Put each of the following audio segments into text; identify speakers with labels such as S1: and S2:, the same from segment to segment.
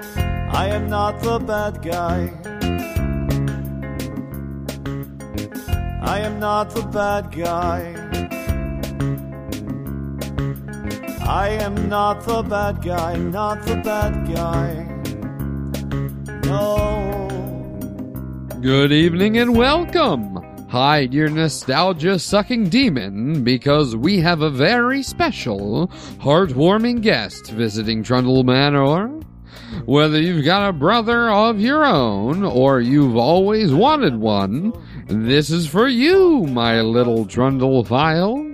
S1: I am not the bad guy. I am not the bad guy. I am not the bad guy, not the bad guy. No.
S2: Good evening and welcome. Hide your nostalgia sucking demon because we have a very special, heartwarming guest visiting Trundle Manor. Whether you've got a brother of your own or you've always wanted one, this is for you, my little Trundle Files.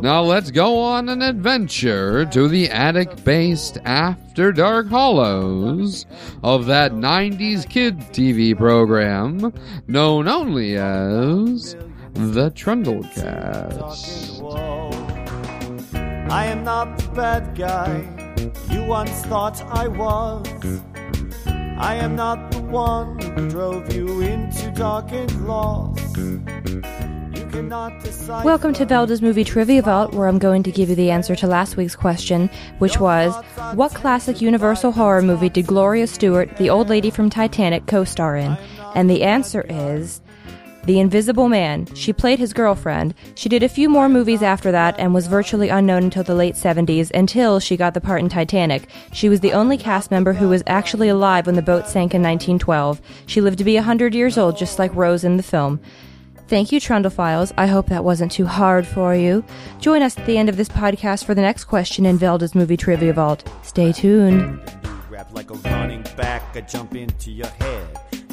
S2: Now let's go on an adventure to the attic based After Dark Hollows of that 90s kid TV program known only as The Trundlecast.
S1: Talking wall. I am not the bad guy you once thought I was. I am not the one who drove you into dark and lost. You cannot decide.
S3: Welcome to Velda's Movie Trivia Vault, where I'm going to give you the answer to last week's question, which was What classic Universal horror movie did Gloria Stewart, the old lady from Titanic, co star in? And the answer is The Invisible Man. She played his girlfriend. She did a few more movies after that and was virtually unknown until the late 70s, until she got the part in Titanic. She was the only cast member who was actually alive when the boat sank in 1912. She lived to be 100 years old, just like Rose in the film. Thank you, Trundlephiles. I hope that wasn't too hard for you. Join us at the end of this podcast for the next question in Velda's Movie Trivia Vault. Stay tuned.
S1: Rap like a running back, I jump into your head.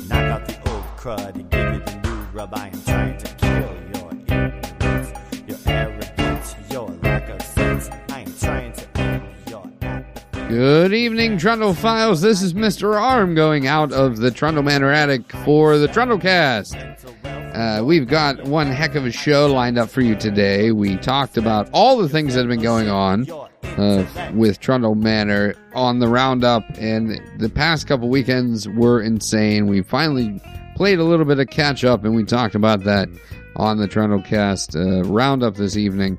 S1: Knock out the old crud and give you the new rub. I am trying to kill your ignorance, your arrogance, your lack of sense. I am trying to end your apathy.
S2: Good evening, Trundle Files. This is Mr. Arm going out of the Trundle Manor attic for the Trundlecast. Uh, we've got one heck of a show lined up for you today. We talked about all the things that have been going on uh, with Trundle Manor on the roundup, and the past couple weekends were insane. We finally played a little bit of catch up, and we talked about that on the Trundlecast uh, roundup this evening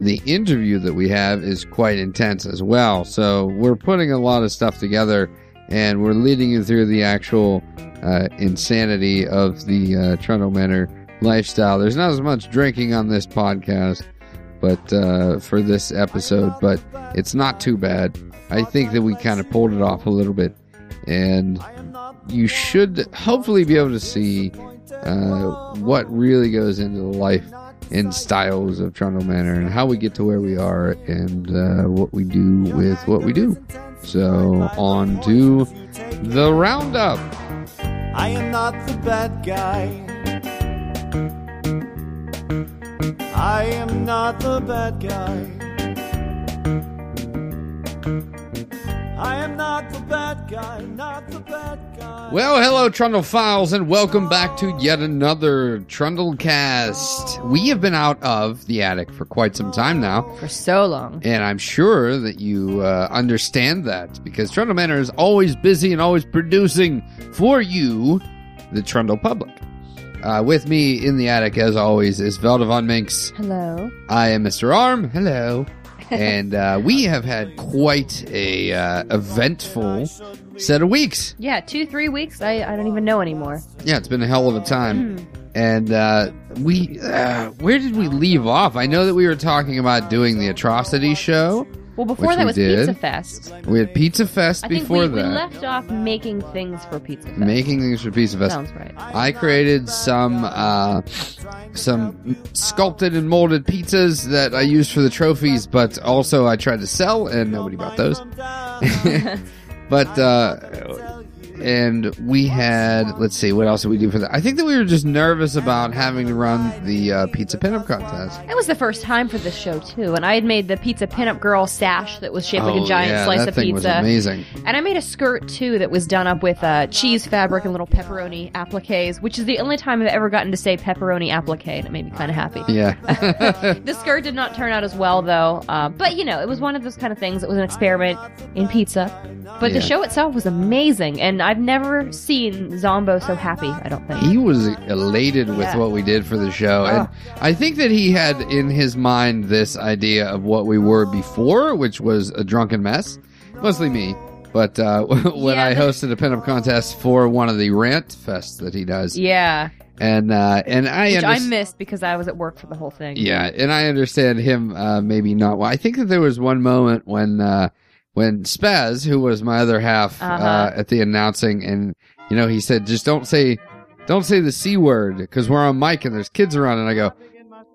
S2: the interview that we have is quite intense as well. So we're putting a lot of stuff together and we're leading you through the actual uh, insanity of the uh, Toronto Manor lifestyle. There's not as much drinking on this podcast, but uh, for this episode, but it's not too bad. I think that we kind of pulled it off a little bit and you should hopefully be able to see uh, what really goes into the life and styles of Toronto Manor and how we get to where we are and uh, what we do with what we do. So, on to the roundup.
S1: I am not the bad guy. I am not the bad guy. I am not the bad guy, not the bad guy.
S2: Well, hello, Trundle Files, and welcome back to yet another Trundlecast. We have been out of the attic for quite some time now.
S3: For so long.
S2: And I'm sure that you uh, understand that because Trundle Manor is always busy and always producing for you, the Trundle public. Uh, with me in the attic, as always, is Velda von Minx.
S3: Hello.
S2: I am Mr. Arm. Hello. and uh, we have had quite a uh, eventful set of weeks.
S3: Yeah, two, three weeks. I, I don't even know anymore.
S2: Yeah, it's been a hell of a time. And uh, we, uh, where did we leave off? I know that we were talking about doing the atrocity show.
S4: Well, before
S2: Which we
S4: that was
S2: did.
S4: Pizza Fest.
S2: We had Pizza Fest
S4: I think we,
S2: before
S4: we
S2: that.
S4: left off making things for Pizza Fest.
S2: Making things for Pizza Fest.
S4: Sounds right.
S2: I created some uh, some sculpted and molded pizzas that I used for the trophies, but also I tried to sell, and nobody bought those. but uh, and we had let's see what else did we do for that? I think that we were just nervous about having to run the uh, pizza pinup contest.
S4: That was the first time for this show too, and I had made the pizza pinup girl sash that was shaped like a giant
S2: Oh, yeah,
S4: slice
S2: that
S4: of
S2: thing was
S4: pizza.
S2: amazing.
S4: And I made a skirt too that was done up with uh, cheese fabric and little pepperoni appliques, which is the only time I've ever gotten to say pepperoni applique, and it made me kind of happy.
S2: Yeah,
S4: The skirt did not turn out as well though, uh, but you know, it was one of those kind of things. It was an experiment in pizza, but
S2: Yeah.
S4: the show itself was amazing, and I've never seen Zombo so happy. I don't think.
S2: he was elated with
S4: Yeah. Oh.
S2: what we did for the show and i think that he had in his mind this idea of what we were before which was a drunken mess mostly me But uh, when
S4: Yeah,
S2: I
S4: but-
S2: hosted a pinup contest for one of the rant fests that he does,
S4: Yeah,
S2: and uh, and I
S4: which I
S2: underst-
S4: missed because I was at work for the whole thing.
S2: yeah, and I understand him uh, maybe not. Well, I think that there was one moment when uh, when Spaz, who was my other half, uh
S4: Uh-huh.
S2: at the announcing, and you know, he said, "Just don't say, don't say the c word because we're on mic and there's kids around." And I go,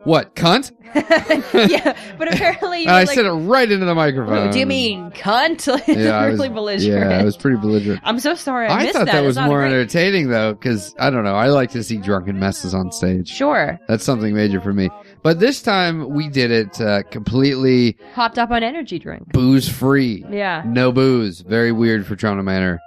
S2: "What cunt?"
S4: yeah, but apparently you
S2: And I
S4: were like,
S2: said it right into the microphone.
S4: "What do you mean, cunt?" Like,
S2: Yeah, I was-
S4: really belligerent.
S2: Yeah, it was pretty belligerent.
S4: I'm so sorry. I,
S2: I,
S4: missed
S2: thought that,
S4: It's
S2: was
S4: not a
S2: more
S4: great-
S2: entertaining though, because I don't know. I like to see drunken messes on stage.
S4: Sure,
S2: That's something major for me. But this time we did it uh, completely
S4: hopped up on energy drink.
S2: booze free.
S4: Yeah,
S2: No booze. Very weird for Toronto Manor.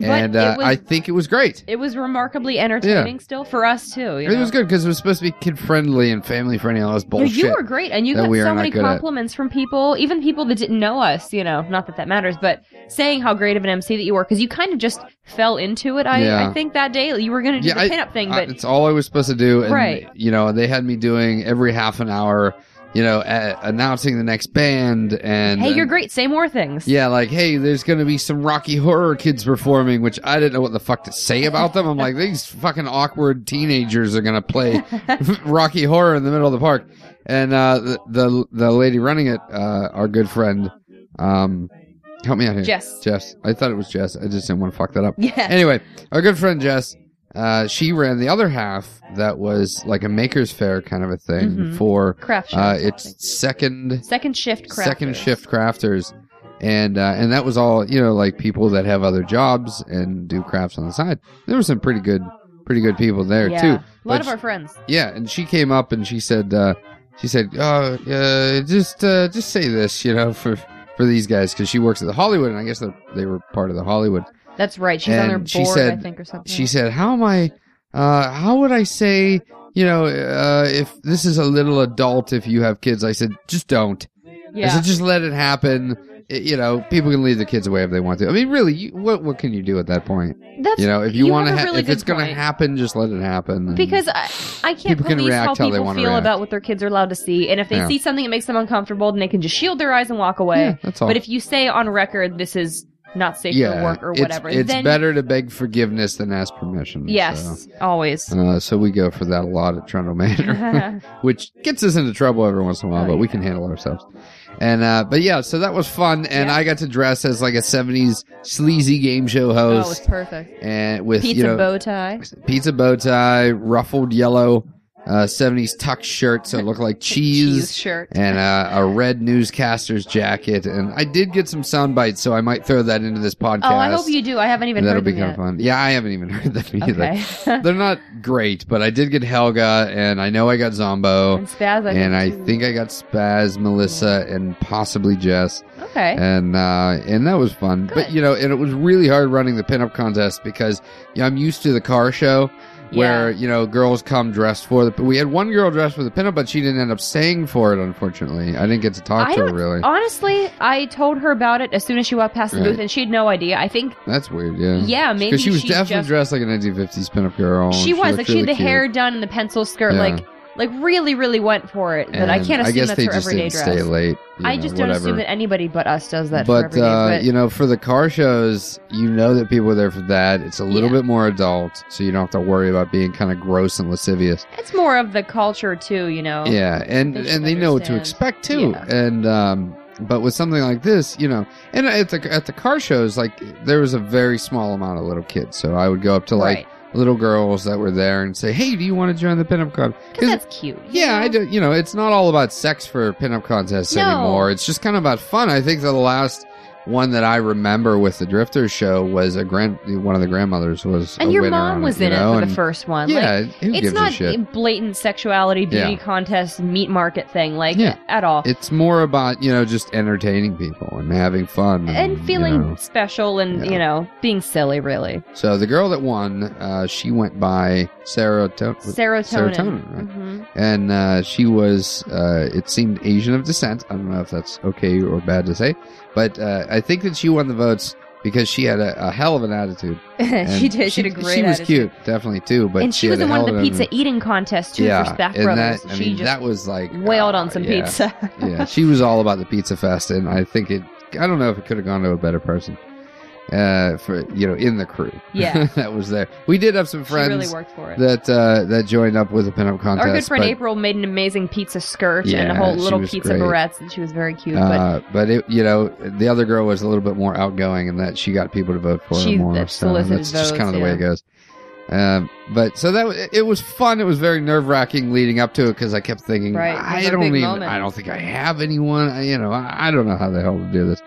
S2: And
S4: it
S2: uh,
S4: was-
S2: I think it was great.
S4: it was remarkably entertaining. Still for us too. You
S2: It
S4: know?
S2: was good because it was supposed to be kid friendly and family friendly. and All this
S4: Yeah,
S2: bullshit.
S4: you were great, and you
S2: that
S4: got
S2: we are
S4: so
S2: not
S4: many
S2: good at.
S4: compliments from people, even people that didn't know us. You know, not that that matters, but saying how great of an MC that you were because you kind of just fell into it. I,
S2: Yeah.
S4: I think that day you were going to do
S2: Yeah,
S4: the
S2: I-
S4: pinup thing,
S2: I-
S4: but
S2: it's all I was supposed to do. And,
S4: Right.
S2: You know, they had me doing every half an hour. You know, a- announcing the next band and
S4: hey, you're
S2: and-
S4: great. Say more things.
S2: Yeah, like, hey, there's going to be some Rocky Horror Kids performing, which I didn't know what the fuck to say about them. I'm like, these fucking awkward teenagers are going to play Rocky Horror in the middle of the park. And uh, the, the the lady running it, uh, our good friend, um, help me out here.
S4: Jess.
S2: Jess. I thought it was Jess. I just didn't want to fuck that up.
S4: Yeah.
S2: Anyway, our good friend Jess, uh, she ran the other half that was like a maker's fair kind of a thing
S4: Mhm.
S2: for
S4: Craft show.
S2: uh,
S4: I think.
S2: its second
S4: second shift. Craft
S2: second
S4: show.
S2: shift crafters and uh, and that was all you know like people that have other jobs and do crafts on the side there were some pretty good pretty good people there
S4: yeah.
S2: too
S4: A lot
S2: But
S4: of our friends.
S2: yeah and she came up and she said uh, she said oh uh, just uh, just say this you know for for these guys because she works at the hollywood and i guess they're- they were part of the hollywood
S4: That's right. She's
S2: and
S4: on their
S2: she
S4: board, I
S2: said-
S4: think, or something.
S2: she said, "How am I? Uh, how would I say? You know, uh, if this is a little adult, if you have kids, I said, just don't. I
S4: Yeah.
S2: said, just let it happen. It- you know, people can leave the kids away if they want to. I mean, really, you, what what can you do at that point?
S4: That's
S2: You know, if you,
S4: you
S2: want to,
S4: have a
S2: ha-
S4: really
S2: if it's
S4: good
S2: going to
S4: point.
S2: happen, just let it happen. And-
S4: because I, I
S2: Mm.
S4: can't
S2: People can
S4: police how
S2: react how they
S4: people
S2: wanna
S4: feel
S2: react.
S4: about what their kids are allowed to see, and if they
S2: Yeah.
S4: see something that makes them uncomfortable, then they can just shield their eyes and walk away.
S2: Yeah, that's all.
S4: But if you say on record this is not safe for work or
S2: it's-
S4: whatever,
S2: it's,
S4: then
S2: better to beg forgiveness than ask permission. so.
S4: yes, always.
S2: Uh, so we go for that a lot at Trundle Manor, which gets us into trouble every once in a while,
S4: Oh,
S2: but we
S4: yeah.
S2: can handle ourselves. And uh, but yeah, so that was fun, and
S4: Yeah.
S2: I got to dress as like a '70s sleazy game show
S4: oh, it's
S2: host,
S4: perfect.
S2: and with
S4: Pizza
S2: you know
S4: bow tie.
S2: pizza bow tie, ruffled yellow uh, '70s tuck shirt, so it looked like cheese.
S4: Cheese shirt.
S2: And uh, a red newscaster's jacket, and I did get some sound bites, so I might throw that into this podcast.
S4: Oh, I hope you do. I haven't even
S2: That'll
S4: heard
S2: be
S4: them
S2: kind of
S4: yet.
S2: fun. Yeah, I haven't even heard them either.
S4: Okay.
S2: They're not great, but I did get Helga, and I know I got Zombo,
S4: and spaz. I
S2: "Oh." and I
S4: too.
S2: think I got Spaz, Melissa, and possibly Jess,
S4: okay.
S2: and uh, and that was fun. But
S4: Good.
S2: you know, and it was really hard running the pinup contest because you know, I'm used to the car show where you know girls come dressed for the. We had one girl dressed for the pinup, but she didn't end up staying for it. Unfortunately, I didn't get to talk
S4: I
S2: to her
S4: don't-
S2: really.
S4: Honestly, I told her about it as soon as she walked past the
S2: Right.
S4: booth, and she had no idea. I think
S2: That's weird. Yeah.
S4: Yeah, maybe
S2: she was
S4: she
S2: definitely
S4: just-
S2: dressed like a 1950s pinup girl.
S4: she was
S2: Oh, looked
S4: like she had the
S2: really cute.
S4: hair done and the pencil skirt,
S2: Yeah.
S4: like like really, really went for it. But I
S2: And
S4: can't assume
S2: guess
S4: that's
S2: they
S4: her
S2: just
S4: everyday
S2: didn't
S4: dress.
S2: Stay late. you
S4: I
S2: know,
S4: just don't
S2: whatever.
S4: assume that anybody but us does that
S2: but,
S4: for everyday.
S2: uh,
S4: but
S2: you know, for the car shows, you know that people are there for that. It's a little
S4: Yeah.
S2: bit more adult, so you don't have to worry about being kind of gross and lascivious.
S4: it's more of the culture too. You know.
S2: yeah, and
S4: they should
S2: and they know what to
S4: understand.
S2: expect too.
S4: Yeah.
S2: And um, but with something like this, you know, and at the at the car shows, like there was a very small amount of little kids, so I would go up to like
S4: right.
S2: little girls that were there and say, "Hey, do you want to join the pinup club?"
S4: Because that's cute. you
S2: Yeah, I
S4: know?
S2: do. You know, it's not all about sex for pinup contests
S4: No.
S2: anymore. It's just kind of about fun. I think the last one that I remember with the Drifters show was a grand. One of the grandmothers was.
S4: And
S2: a
S4: your
S2: winner
S4: mom
S2: on
S4: was
S2: you
S4: in
S2: know,
S4: it for
S2: and-
S4: the first one. Like,
S2: Yeah, who
S4: it's
S2: gives
S4: not
S2: a shit?
S4: a blatant sexuality beauty
S2: Yeah.
S4: contest meat market thing like
S2: Yeah.
S4: at all.
S2: It's more about you know just entertaining people and having fun
S4: and
S2: you
S4: feeling
S2: know.
S4: special and
S2: Yeah.
S4: you know being silly really.
S2: So the girl that won, uh, she went by Sarah. To-
S4: Serotonin.
S2: Serotonin, right.
S4: Mhm.
S2: and uh, she was uh, it seemed asian of descent i don't know if that's okay or bad to say but uh, i think that she won the votes because she had a, a hell of an attitude And
S4: she did. She did a great.
S2: she was
S4: attitude.
S2: cute definitely too but
S4: and she was
S2: had
S4: in
S2: a
S4: one
S2: hell
S4: of the
S2: an-
S4: pizza eating contests too
S2: yeah
S4: for Spack
S2: and
S4: Brothers.
S2: that i
S4: she
S2: mean
S4: just
S2: that was like
S4: wailed
S2: uh,
S4: on some
S2: yeah,
S4: pizza.
S2: yeah she was all about the pizza fest and i think it i don't know if it could have gone to a better person uh, for you know in the crew.
S4: Yeah.
S2: that was there. We did have some friends
S4: she really worked for it.
S2: that uh, that joined up with the pinup contest.
S4: Our good friend
S2: but,
S4: April made an amazing pizza skirt and
S2: Yeah,
S4: a whole
S2: she
S4: little
S2: was
S4: pizza
S2: great.
S4: barrettes, and she was very cute.
S2: uh, but it, you know, the other girl was a little bit more outgoing, and that she got people to vote for
S4: She-
S2: her more.
S4: that
S2: So
S4: solicited
S2: that's just
S4: votes,
S2: kind of the way
S4: yeah.
S2: it goes. Um, but so that wa- it was fun. It was very nerve wracking leading up to it because I kept thinking,
S4: Right,
S2: I
S4: those are
S2: don't
S4: big
S2: even,
S4: moments.
S2: I don't think I have anyone. I, you know, I, I don't know how the hell to do this.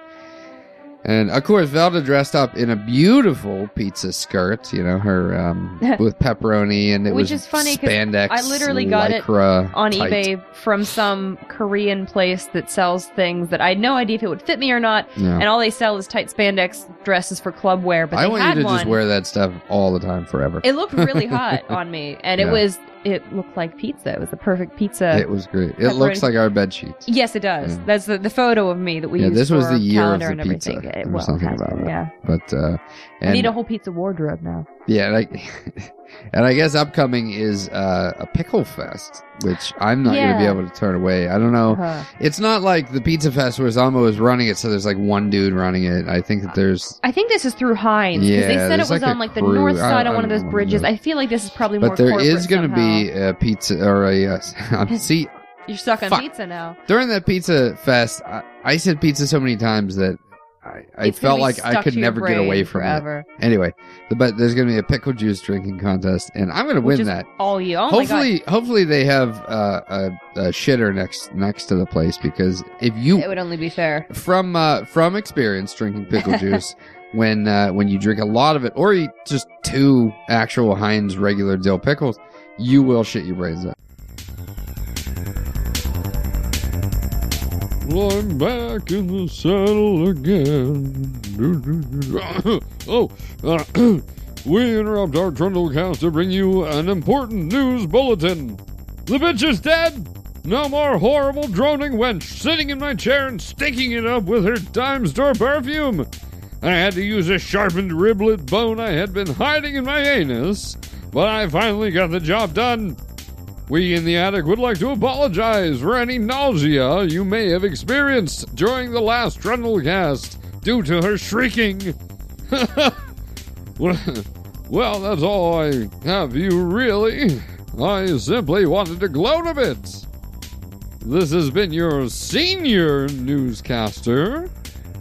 S2: And of course, Velda dressed up in a beautiful pizza skirt. You know, her um, with pepperoni, and it
S4: Which
S2: was
S4: is funny 'cause
S2: spandex.
S4: I literally got it
S2: lycra
S4: on
S2: tight.
S4: eBay from some Korean place that sells things that I had no idea if it would fit me or not,
S2: Yeah.
S4: and all they sell is tight spandex dresses for club wear. But
S2: I
S4: they
S2: want you
S4: had
S2: to
S4: one.
S2: just wear that stuff all the time forever.
S4: It looked really hot on me, and
S2: Yeah.
S4: it was it looked like pizza. It was the perfect pizza.
S2: It was great. It looks
S4: pepperoni.
S2: like our bed sheets.
S4: yes, it does.
S2: Yeah.
S4: That's the, the photo of me that we
S2: Mm. yeah,
S4: used
S2: this was
S4: for
S2: the year of
S4: calendar
S2: the
S4: and
S2: pizza.
S4: everything. It
S2: There
S4: well,
S2: was something
S4: has to
S2: about
S4: be,
S2: it.
S4: Yeah,
S2: But uh,
S4: I need
S2: and
S4: a whole pizza wardrobe now.
S2: yeah, and I, and I guess upcoming is uh, a pickle fest, which I'm not going to be
S4: Yeah.
S2: able to turn away. I don't know.
S4: Uh-huh.
S2: It's not like the pizza fest where Zombo is running it, so there's like one dude running it. I think
S4: Uh,
S2: that there's,
S4: I think this is through Heinz because
S2: Yeah,
S4: they said it
S2: there's like
S4: was
S2: a
S4: on like the
S2: crew.
S4: north
S2: I-
S4: side
S2: I
S4: on one of
S2: don't
S4: those
S2: know.
S4: bridges. I feel like this is probably more.
S2: but there is
S4: going to
S2: be a pizza or a uh, I'm- see
S4: You're stuck on
S2: Fuck.
S4: pizza now.
S2: during that pizza fest. I, I said pizza so many times that. I, I
S4: It's gonna
S2: felt
S4: be
S2: like I
S4: stuck
S2: could
S4: to your
S2: never get away
S4: brain
S2: from it.
S4: forever.
S2: Anyway, the, but there's going to be a pickle juice drinking contest, and I'm going to
S4: Which
S2: win
S4: is
S2: that.
S4: All you. Oh my
S2: hopefully, hopefully they have uh, a, a shitter next next to the place because if you
S4: god, it would only be fair.
S2: from uh, from experience drinking pickle juice when uh, when you drink a lot of it or eat just two actual Heinz regular dill pickles, you will shit your brains out. Well, I'm back in the saddle again. oh, uh, we interrupt our Trundlecast to bring you an important news bulletin. The bitch is dead! No more horrible droning wench sitting in my chair and stinking it up with her dime store perfume! I had to use a sharpened riblet bone I had been hiding in my anus, but I finally got the job done. We in the attic would like to apologize for any nausea you may have experienced during the last Trundlecast due to her shrieking. well, that's all I have you really. I simply wanted to gloat a bit. This has been your senior newscaster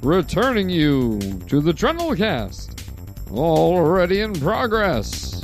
S2: returning you to the Trundlecast, already in progress.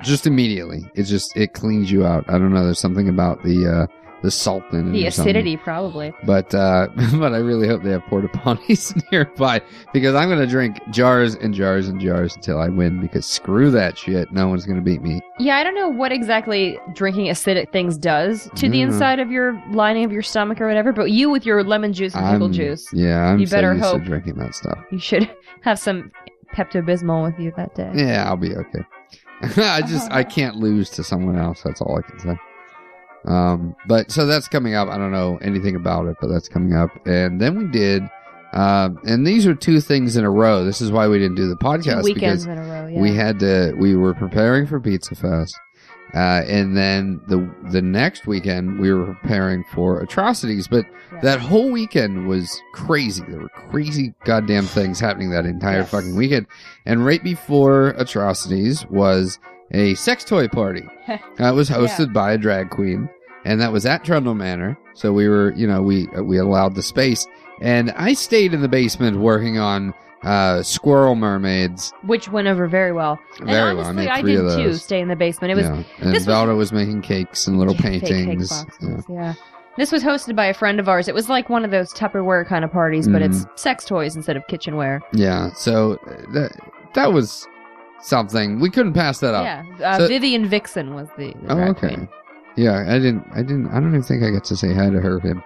S2: just immediately, it just it cleans you out. I don't know. There's something about the uh, the salt in it.
S4: The
S2: or something.
S4: acidity probably.
S2: But uh, but I really hope they have porta potties nearby because I'm gonna drink jars and jars and jars until I win because screw that shit. No one's gonna beat me.
S4: Yeah, I don't know what exactly drinking acidic things does to the
S2: Mm.
S4: inside of your lining of your stomach or whatever, but you with your lemon juice and pickle
S2: I'm-
S4: juice,
S2: Yeah, I'm
S4: You
S2: so
S4: better
S2: used
S4: hope.
S2: to drinking that stuff.
S4: you should have some Pepto Bismol with you that day.
S2: Yeah, I'll be okay. I just I can't lose to someone else. That's all I can say. Um, but so that's coming up. I don't know anything about it, but that's coming up. And then we did, um, and these are two things in a row. This is why we didn't do the
S4: Two
S2: podcast because
S4: weekends in a row. Yeah.
S2: we had to we were preparing for pizza fest uh, and then the the next weekend we were preparing for atrocities but
S4: Yeah.
S2: that whole weekend was crazy there were crazy goddamn things happening that entire
S4: Yes.
S2: fucking weekend and right before atrocities was a sex toy party that was hosted by a drag queen and that was at trundle manor so we were you know we we allowed the space and i stayed in the basement working on uh, squirrel mermaids
S4: which went over very well. And
S2: very well. I
S4: honestly,
S2: made
S4: I,
S2: three
S4: did
S2: of
S4: too.
S2: those.
S4: Stay in the basement. It was
S2: yeah. and
S4: this was-
S2: Velda was, making cakes and little
S4: Yeah, fake cake
S2: paintings.
S4: boxes, yeah. This was hosted by a friend of ours. It was like one of those Tupperware kind of parties, but it's
S2: Mm-hmm.
S4: sex toys instead of kitchenware.
S2: yeah, yeah. So uh, that that was something we couldn't pass that up.
S4: Yeah. Uh,
S2: So-
S4: Vivian Vixen was the, the
S2: oh,
S4: drag
S2: okay.
S4: queen.
S2: Yeah, I didn't. I didn't. I don't even think I got to say hi to her. or Him.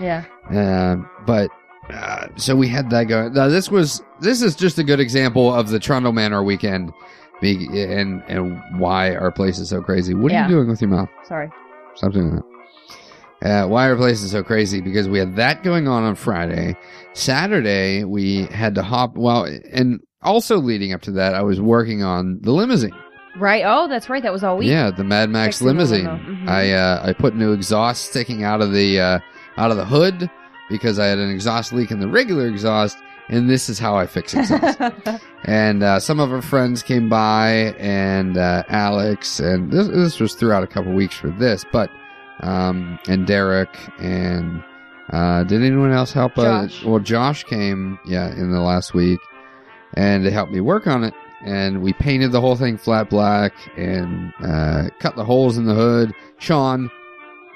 S4: Yeah.
S2: Um, but uh, so we had that going. Now this was this is just a good example of the Trundle Manor weekend, be, and and why our place is so crazy. What are
S4: Yeah.
S2: you doing with your mouth?
S4: Sorry.
S2: Stop doing that. Uh, why our place is so crazy because we had that going on on Friday. Saturday we had to hop. Well, and also leading up to that, I was working on the limousine.
S4: Right? Oh, that's right. That was all week.
S2: Yeah, the Mad Max
S4: Fixing the
S2: limousine.
S4: limo. Mhm.
S2: I uh, I put new exhaust sticking out of the uh, out of the hood because I had an exhaust leak in the regular exhaust, and this is how I fix exhaust. and uh, some of her friends came by, and uh, Alex, and this, this was throughout a couple weeks for this, but um, and Derek, and uh, did anyone else help?
S4: Josh.
S2: Uh, well, Josh came, yeah, in the last week, and they helped me work on it. And we painted the whole thing flat black, and uh, cut the holes in the hood. Sean,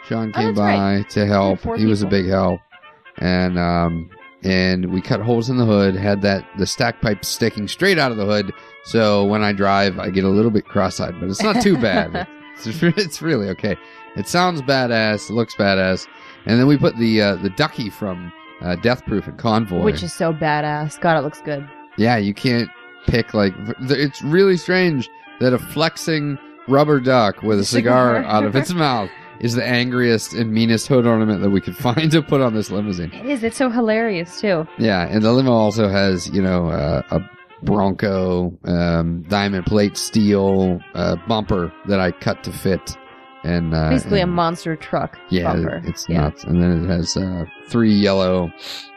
S2: Sean
S4: Oh,
S2: came
S4: that's
S2: by
S4: right.
S2: to help.
S4: four
S2: He was a
S4: people.
S2: big help, and um, and we cut holes in the hood. Had that the stack pipe sticking straight out of the hood, so when I drive, I get a little bit cross-eyed, but it's not too bad. it's, it's really okay. It sounds badass, looks badass, and then we put the uh, the ducky from uh, Death Proof and Convoy,
S4: Which is so badass. God, it looks good.
S2: yeah, you can't pick like v- th- it's really strange that a flexing rubber duck with a cigar
S4: Cigar.
S2: out of its mouth is the angriest and meanest hood ornament that we could find to put on this limousine.
S4: It is. It's so hilarious too.
S2: Yeah, and the limo also has you know uh, a Bronco um, diamond plate steel uh, bumper that I cut to fit, and uh,
S4: Basically, a
S2: and-
S4: monster truck
S2: yeah,
S4: bumper.
S2: it's
S4: Yeah.
S2: nuts. And then it has uh, three yellow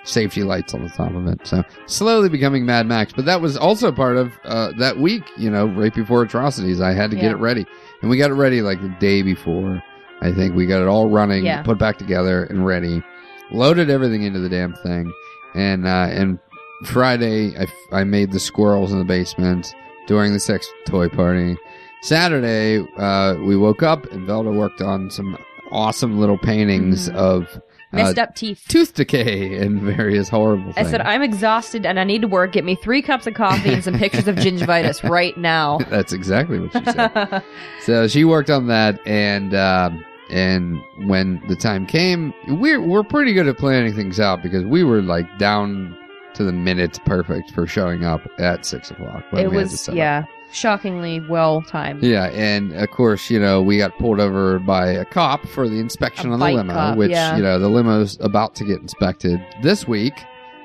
S2: safety lights on the top of it. So slowly becoming Mad Max. But that was also part of uh, that week, you know, right before Atrocities. I had to get
S4: Yeah.
S2: it ready. And we got it ready like the day before. I think we got it all running,
S4: Yeah.
S2: put back together and ready. Loaded everything into the damn thing. And, uh, and Friday, I, f- I made the squirrels in the basement during the sex toy party. Saturday, uh, we woke up and Velda worked on some awesome little paintings
S4: Mhm.
S2: of uh,
S4: Messed up teeth.
S2: tooth decay and various horrible
S4: I
S2: things.
S4: said, I'm exhausted and I need to work. Get me three cups of coffee and some pictures of gingivitis right now.
S2: That's exactly what she said. so she worked on that, and um, and when the time came, we're we're pretty good at planning things out because we were like down to the minute perfect for showing up at six o'clock. when
S4: it
S2: we had to
S4: was,
S2: set up.
S4: yeah, shockingly well timed.
S2: Yeah, and of course, you know, we got pulled over by a cop for the inspection
S4: A
S2: on the
S4: bike
S2: limo,
S4: cop,
S2: which,
S4: yeah.
S2: you know, the limo's about to get inspected this week.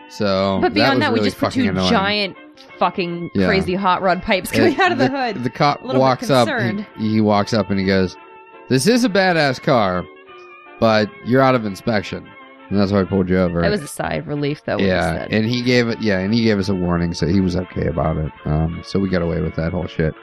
S2: So,
S4: But beyond
S2: that,
S4: that,
S2: was really
S4: we just put
S2: fucking
S4: two
S2: annoying.
S4: giant fucking
S2: Yeah.
S4: crazy hot rod pipes
S2: And
S4: coming out of the, hood.
S2: The cop
S4: A little bit
S2: walks up. He,
S4: concerned.
S2: he walks up and he goes, "This is a badass car, but you're out of inspection, and that's why I pulled you over."
S4: That was a sigh of relief, though. when he
S2: yeah,
S4: said.
S2: and he gave it. Yeah, and he gave us a warning, so he was okay about it. Um, so we got away with that whole shit.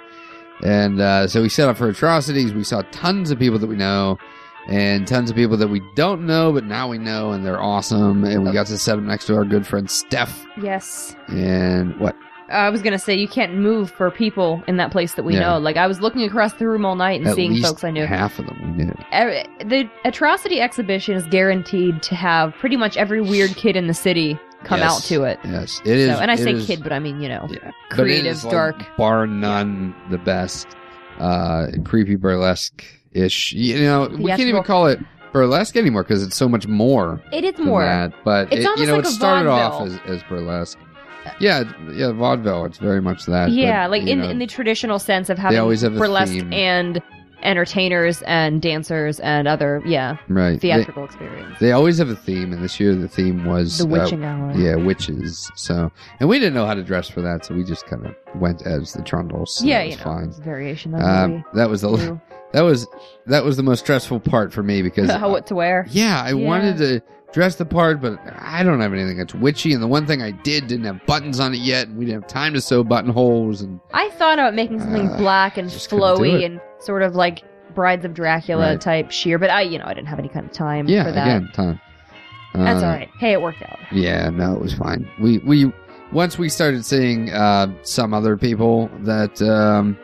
S2: And uh, so we set up for atrocities. We saw tons of people that we know, and tons of people that we don't know, but now we know, and they're awesome. And we got to set up next to our good friend Steph.
S4: yes.
S2: And what?
S4: I was going to say, you can't move for people in that place that we
S2: Yeah.
S4: know. Like, I was looking across the room all night and
S2: at
S4: seeing
S2: least
S4: folks I knew.
S2: half of them we knew.
S4: Every- the Atrocity exhibition is guaranteed to have pretty much every weird kid in the city come
S2: Yes.
S4: out to it.
S2: Yes, it is.
S4: so, and I
S2: it
S4: say
S2: is-
S4: kid, but I mean, you know.
S2: yeah. But it
S4: creative,
S2: is, like,
S4: dark.
S2: bar none, the best. Uh, creepy burlesque ish. You know, we can't even
S4: Theatrical.
S2: call it burlesque anymore because it's so much more
S4: It is
S2: than
S4: more.
S2: that. But
S4: It's
S2: it, you
S4: almost
S2: know,
S4: like
S2: it
S4: a
S2: started off as,
S4: vaudeville.
S2: as burlesque. Yeah, yeah, vaudeville. It's very much that. but,
S4: yeah, like
S2: you
S4: in,
S2: know,
S4: in the traditional sense of having
S2: always have a
S4: burlesque
S2: theme.
S4: and entertainers and dancers and other, yeah,
S2: right. They,
S4: theatrical experience.
S2: they always have a theme, and this year the theme was
S4: The
S2: uh,
S4: witching hour.
S2: yeah, witches. So, and we didn't know how to dress for that, so we just kind of went as the trundles. So
S4: yeah,
S2: it was
S4: you know,
S2: fine.
S4: it's a variation of
S2: Um, that was
S4: what we
S2: the
S4: do.
S2: that was that was the most stressful part for me because
S4: How what to wear?
S2: yeah, I
S4: Yeah.
S2: wanted to dress the part, but I don't have anything that's witchy. And the one thing I did didn't have buttons on it yet, and we didn't have time to sew buttonholes. And
S4: I thought about making something
S2: Uh,
S4: black and
S2: just couldn't do it.
S4: flowy and sort of like Brides of Dracula
S2: Right.
S4: type sheer, but I, you know, I didn't have any kind of time
S2: yeah,
S4: Mm, for that.
S2: again, time.
S4: That's
S2: Uh,
S4: all right. Hey, it worked out.
S2: Yeah, no, it was fine. We we once we started seeing uh, some other people that um,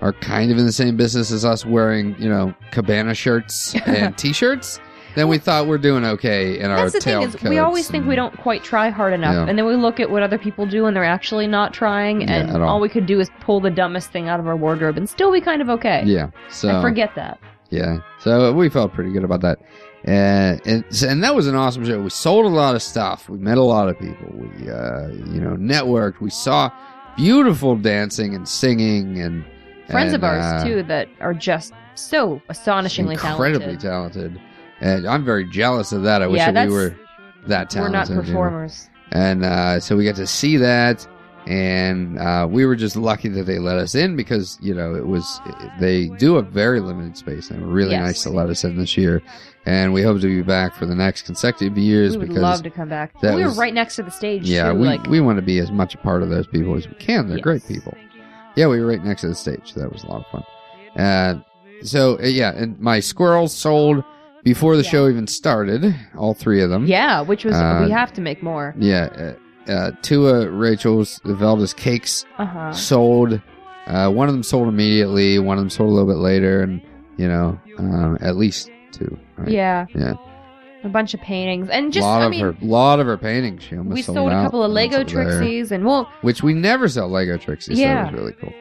S2: are kind of in the same business as us, wearing you know cabana shirts and t-shirts. Then we thought we're doing okay in our
S4: That's the thing is, we
S2: tailcoats
S4: always think we
S2: and-
S4: don't quite try hard enough,
S2: Yeah.
S4: and then we look at what other people do, and they're actually not trying,
S2: Yeah,
S4: and
S2: at all.
S4: all. we could do is pull the dumbest thing out of our wardrobe, and still be kind of okay.
S2: Yeah, so
S4: I forget that.
S2: Yeah, so we felt pretty good about that, and and, and that was an awesome show. We sold a lot of stuff. We met a lot of people. We uh, you know networked. We saw beautiful dancing and singing and
S4: Friends of
S2: and,
S4: ours
S2: uh,
S4: too that are just so astonishingly
S2: incredibly
S4: talented.
S2: talented. And I'm very jealous of that. I wish
S4: Yeah,
S2: that we
S4: that's-
S2: were that
S4: We're not
S2: talented. you know.
S4: performers.
S2: And uh, so we got to see that. and uh, we were just lucky that they let us in because you know it was they do a very limited space. They were really
S4: Yes.
S2: nice to let us in this year, and we hope to be back for the next consecutive years
S4: we would
S2: because
S4: love to come back.
S2: that
S4: we were
S2: was-
S4: right next to the stage.
S2: yeah,
S4: too,
S2: we
S4: like,
S2: we want to be as much a part of those people as we can. They're
S4: Yes.
S2: great people. Yeah, we were right next to the stage. So that was a lot of fun. Uh, so uh, yeah, and my squirrels sold before the
S4: Yeah.
S2: show even started. All three of them.
S4: yeah, which was
S2: Uh,
S4: we have to make more.
S2: Yeah. Uh, uh, two of Rachel's Velda's cakes
S4: Uh huh.
S2: sold. Uh, one of them sold immediately. One of them sold a little bit later, and you know, um, at least two. right?
S4: Yeah.
S2: Yeah.
S4: A bunch of paintings and just
S2: a lot
S4: I
S2: of
S4: mean.
S2: her, lot of her paintings. She almost
S4: we
S2: sold,
S4: sold a
S2: out
S4: couple of
S2: once
S4: Lego
S2: over there,
S4: Trixies, and well,
S2: which we never sell Lego Trixies.
S4: Yeah.
S2: so that was really cool.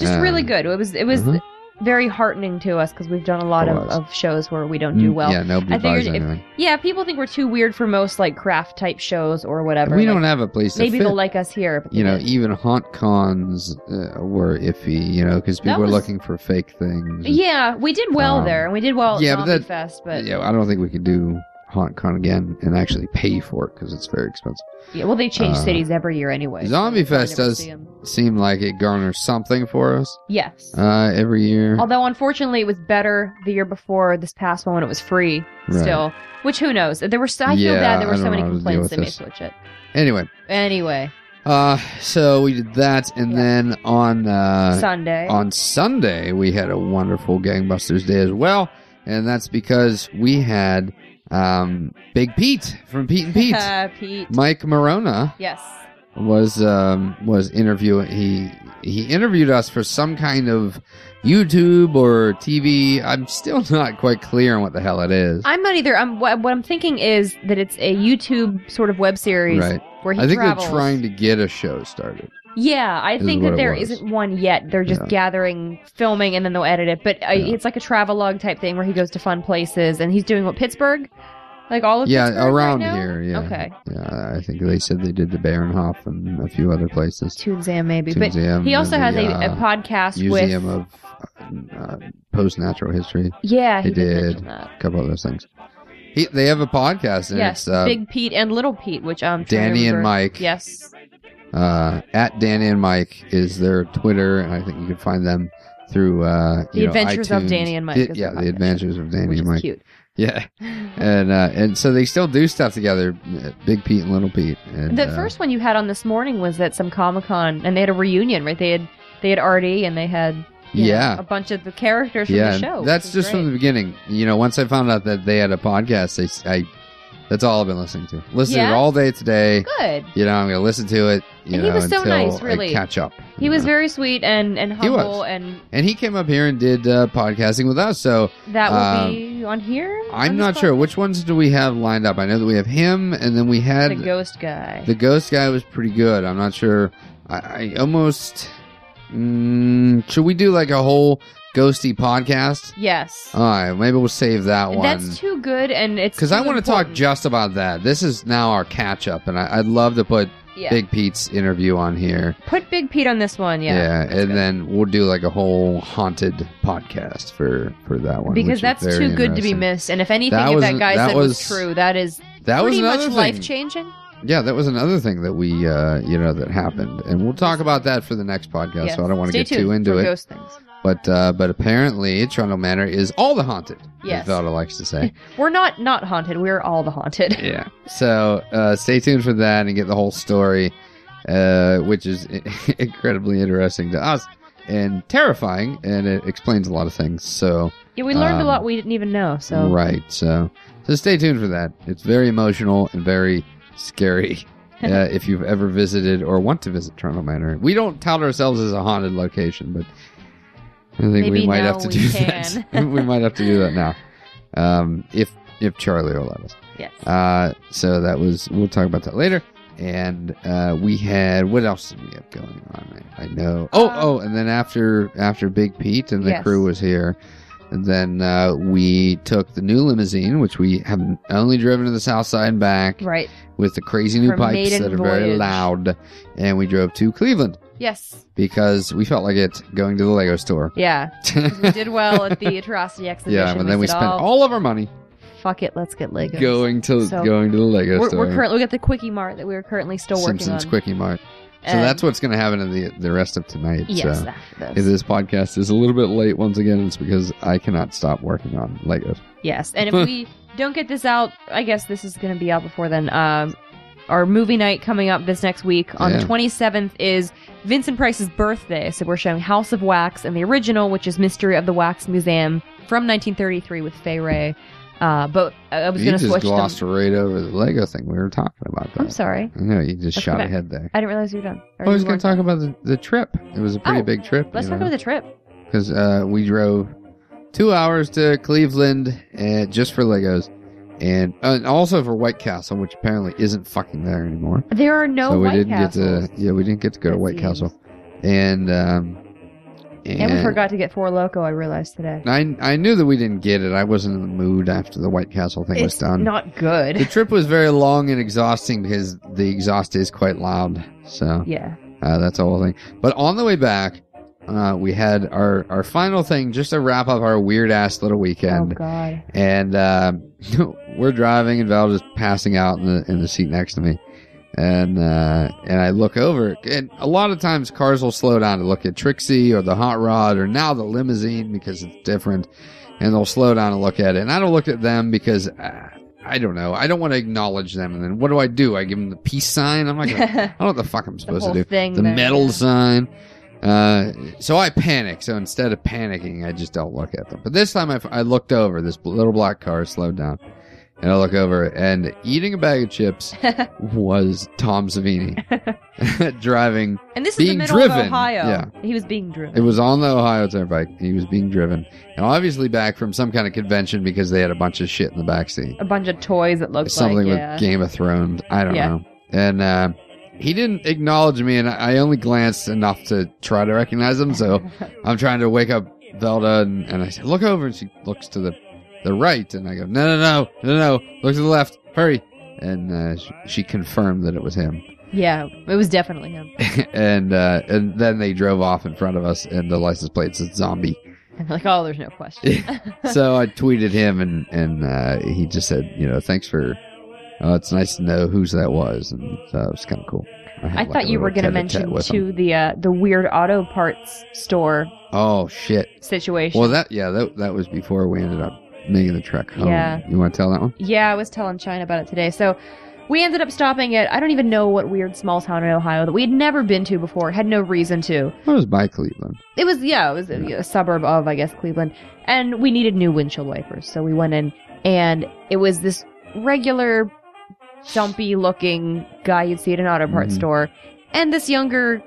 S4: just
S2: Uh,
S4: really good. It was it was
S2: mhm.
S4: very heartening to us because we've done a lot
S2: It
S4: of,
S2: was.
S4: of shows where we don't do
S2: Mm,
S4: well.
S2: Yeah, nobody
S4: I figured
S2: buys
S4: if-
S2: anything.
S4: Yeah, people think we're too weird for most like craft type shows or whatever.
S2: we
S4: Like,
S2: don't have a place to
S4: maybe
S2: fit.
S4: they'll like us here. But
S2: you
S4: they
S2: know,
S4: didn't.
S2: even haunt cons uh, were iffy. You know, because people were
S4: was-
S2: looking for fake things.
S4: yeah, we did well
S2: Um,
S4: there, and we did well at
S2: yeah, but
S4: Zombie
S2: that-
S4: Fest, but yeah.
S2: yeah, I don't think we could do haunt con again and actually pay for it because it's very expensive.
S4: well, they change
S2: uh,
S4: cities every year anyway. so
S2: Zombie
S4: we probably
S2: Fest
S4: never
S2: does-
S4: see 'em.
S2: seemed like it garners something for us
S4: Yes.
S2: uh, every year.
S4: Although unfortunately, it was better the year before this past one when it was free
S2: Right.
S4: still. Which who knows? There were so, I
S2: Yeah,
S4: feel bad there
S2: I
S4: were so
S2: don't
S4: many
S2: know how to deal
S4: complaints
S2: with
S4: they may
S2: this.
S4: switch it.
S2: Anyway,
S4: Anyway,
S2: uh, so we did that, and
S4: Yeah.
S2: then on uh,
S4: Sunday.
S2: on Sunday we had a wonderful Gangbusters day as well, and that's because we had um, Big Pete from Pete and Pete.
S4: Uh, Pete.
S2: Mike Morona
S4: Yes.
S2: was um, was interviewing he he interviewed us for some kind of YouTube or TV. I'm still not quite clear on what the hell it is.
S4: I'm not either. I'm what, what I'm thinking is that it's a YouTube sort of web series
S2: right.
S4: where he
S2: I think
S4: travels.
S2: they're trying to get a show started.
S4: Yeah, I
S2: is
S4: think
S2: what
S4: that
S2: it
S4: there
S2: was.
S4: not one yet. They're just
S2: Yeah.
S4: gathering, filming, and then they'll edit it. But uh,
S2: Yeah.
S4: it's like a travelogue type thing where he goes to fun places, and he's doing what Pittsburgh, like all of
S2: yeah,
S4: Oh, Pittsburgh right
S2: around
S4: now?
S2: here. Yeah.
S4: Okay,
S2: Yeah, I think they said they did the Baronhof and a few other places.
S4: Toonzam maybe, but
S2: Museum
S4: he also
S2: and
S4: has
S2: the,
S4: a,
S2: uh,
S4: a podcast
S2: Museum
S4: with
S2: of uh, Post Natural History,
S4: yeah, he
S2: He
S4: did.
S2: did.
S4: mention that.
S2: a couple of those things. He, they have a podcast, and
S4: Yes,
S2: it's uh,
S4: Big Pete and Little Pete, which um
S2: Danny and Mike.
S4: Yes,
S2: uh, at Danny and Mike is their Twitter, and I think you can find them through uh,
S4: The
S2: you know,
S4: Adventures of
S2: iTunes.
S4: Danny and Mike
S2: Yeah,
S4: is the
S2: yeah,
S4: podcast,
S2: the Adventures of Danny
S4: which
S2: and
S4: is
S2: Mike.
S4: cute.
S2: Yeah, and uh, and so they still do stuff together, uh, Big Pete and Little Pete. And,
S4: The
S2: uh,
S4: first one you had on this morning was at some Comic Con, and they had a reunion, right? They had they had Artie, and they had you know,
S2: yeah,
S4: a bunch of the characters from
S2: yeah,
S4: the show. which
S2: that's
S4: was
S2: just
S4: great.
S2: from the beginning. You know, once I found out that they had a podcast, I, s- I- that's all I've been listening to. Listening
S4: Yeah?
S2: to it all day today.
S4: good.
S2: You know, I'm gonna listen to it. You
S4: And
S2: know,
S4: he was so
S2: until
S4: nice,
S2: I
S4: really.
S2: catch up.
S4: He
S2: you
S4: was
S2: know.
S4: very sweet and and
S2: He was.
S4: humble, and
S2: and he came up here and did uh, podcasting with us. So
S4: that will
S2: Um,
S4: be on here.
S2: I'm
S4: on this
S2: not
S4: pod-
S2: sure which ones do we have lined up. I know that we have him, and then we had
S4: The ghost guy.
S2: the ghost guy was pretty good. I'm not sure. I, I almost mm, should we do like a whole ghosty podcast?
S4: yes,
S2: All right, maybe we'll save that one
S4: that's too good, and it's
S2: because
S4: too
S2: I want to talk
S4: important.
S2: just about that. This is now our catch up, and I, I'd love to put
S4: Yeah.
S2: Big Pete's interview on here.
S4: Put Big Pete on this one, yeah,
S2: and then we'll do like a whole haunted podcast for for that one which
S4: because
S2: is
S4: that's
S2: very
S4: too good to be
S2: interesting.
S4: missed. And if anything
S2: That
S4: that,
S2: was-
S4: that guy
S2: that
S4: said was,
S2: was-
S4: true, that is
S2: That was
S4: pretty
S2: another
S4: much life
S2: thing.
S4: changing.
S2: Yeah, that was another thing that we, uh, you know, that happened, and we'll talk about that for the next podcast. So I don't want to
S4: Stay
S2: get
S4: tuned
S2: too into
S4: for
S2: it,
S4: Ghost things.
S2: but uh, but apparently, Trundle Manor is all the haunted.
S4: Yes.
S2: as Velda likes to say.
S4: We're not not haunted. We're all the haunted.
S2: yeah. So uh, stay tuned for that and get the whole story, uh, which is incredibly interesting to us and terrifying, and it explains a lot of things. So
S4: Yeah, we learned
S2: Um,
S4: a lot we didn't even know. So
S2: right, so so stay tuned for that. It's very emotional and very scary. uh, if you've ever visited or want to visit Toronto Manor, we don't tout ourselves as a haunted location, but I think we
S4: Maybe
S2: might have
S4: now
S2: to
S4: we
S2: do that.
S4: can.
S2: we might have to do that now, um, if if Charlie will let us.
S4: yes,
S2: Uh, so that was we'll talk about that later. And uh, we had what else did we have going on? I, I know. Oh,
S4: Uh,
S2: oh, and then after after Big Pete and the
S4: Yes.
S2: crew was here, and then uh, we took the new limousine, which we have only driven to the south side and back
S4: right.
S2: with the crazy new
S4: Her
S2: pipes
S4: maiden
S2: that are very
S4: voyage.
S2: loud, and we drove to Cleveland
S4: Yes,
S2: because we felt like it going to the Lego store.
S4: yeah. We did well at the atrocity exhibition.
S2: yeah, but then we
S4: said,
S2: spent
S4: "Oh,
S2: all of our money
S4: fuck it, let's get Legos.
S2: going to
S4: So-
S2: going to the Lego
S4: We're,
S2: store.
S4: we're currently we got the Quickie Mart that we are currently still working
S2: Simpsons
S4: on.
S2: Quickie Mart. So that's what's going to happen in the the rest of tonight.
S4: Yes,
S2: So
S4: after
S2: if
S4: this.
S2: this podcast is a little bit late once again, it's because I cannot stop working on Legos.
S4: Yes, and if
S2: Hmm.
S4: we don't get this out, I guess this is going to be out before then. Um, our movie night coming up this next week on
S2: Yeah.
S4: the 27th is Vincent Price's birthday, so we're showing House of Wax and the original, which is Mystery of the Wax Museum from 1933 with Fay Ray. Uh, but I I was
S2: You
S4: going to
S2: just
S4: switch them.
S2: glossed right over the Lego thing we were talking about.
S4: I'm
S2: that.
S4: sorry,
S2: No, you just
S4: Let's go
S2: shot
S4: back.
S2: ahead there.
S4: I didn't realize you were done. Or
S2: Oh, I was
S4: you
S2: going
S4: weren't
S2: to talk
S4: done.
S2: about the, the trip. It was a pretty
S4: Oh,
S2: big trip.
S4: Let's talk about the trip.
S2: because uh, we drove two hours to Cleveland uh just for Legos, and and also for White Castle, which apparently isn't fucking there anymore.
S4: There are no
S2: so we
S4: White
S2: didn't
S4: Castles.
S2: get to yeah we didn't get to go to
S4: It
S2: White
S4: seems.
S2: Castle, and um and,
S4: and we forgot to get Four Loco. I realized today.
S2: I I knew that we didn't get it. I wasn't in the mood after the White Castle thing was
S4: It's
S2: done.
S4: not
S2: the
S4: good.
S2: trip was very long and exhausting because the exhaust is quite loud. So
S4: yeah.
S2: uh, that's the whole thing. But on the way back, uh, we had our, our final thing just to wrap up our weird ass little
S4: oh
S2: weekend.
S4: God.
S2: and uh, we're driving, and Val just passing out in the, in the seat next to me. And uh, and I look over, and a lot of times cars will slow down to look at Trixie or the hot rod or now the limousine because it's different, and they'll slow down and look at it. And I don't look at them because uh, I don't know. I don't want to acknowledge them. And then what do I do? I give them the peace sign. I'm like, I
S4: the
S2: don't know what the fuck I'm supposed to
S4: whole
S2: do
S4: thing.
S2: the
S4: there.
S2: metal sign. Uh, so I panicked. So instead of panicking, I just don't look at them. But this time I, I looked over. This bl- little black car slowed down. And I look over, and eating a bag of chips was Tom Savini driving.
S4: And this
S2: Being
S4: is the middle
S2: driven,
S4: of Ohio.
S2: yeah.
S4: He was being driven.
S2: It was on the Ohio Turnpike. and He was being driven, and obviously back from some kind of convention because they had a bunch of shit in the back seat.
S4: a bunch of toys it looked
S2: something
S4: like.
S2: with
S4: yeah.
S2: Game of Thrones. I don't
S4: Yeah.
S2: know. And uh, he didn't acknowledge me, and I I only glanced enough to try to recognize him. So I'm trying to wake up Velda, and, and I said, "Look over." And she looks to the the right, and I go, "No, no, no, no, no! Look to the left. Hurry!" And uh, she, she confirmed that it was him.
S4: yeah, it was definitely him.
S2: and uh, and then they drove off in front of us, and the license plate said "Zombie."
S4: And like, oh, there's no question.
S2: so I tweeted him, and and uh, he just said, you know, thanks for. Uh, it's nice to know whose that was, and so it was kind of cool. had,
S4: I
S2: like,
S4: thought
S2: a
S4: you were
S2: little
S4: going to
S2: tete-a-tete
S4: mention
S2: with him.
S4: too the uh, the weird auto parts store
S2: Oh shit!
S4: situation.
S2: Well, that yeah, that that was before we ended up making the trek home.
S4: Yeah.
S2: You want to tell that one?
S4: yeah, I was telling China about it today. So we ended up stopping at I don't even know what weird small town in Ohio that we had never been to before, had no reason to.
S2: It was by Cleveland.
S4: It was yeah, it was a, a suburb of I guess Cleveland, and we needed new windshield wipers, so we went in, and it was this regular, dumpy looking guy you'd see at an auto parts
S2: Mhm.
S4: store, and this younger,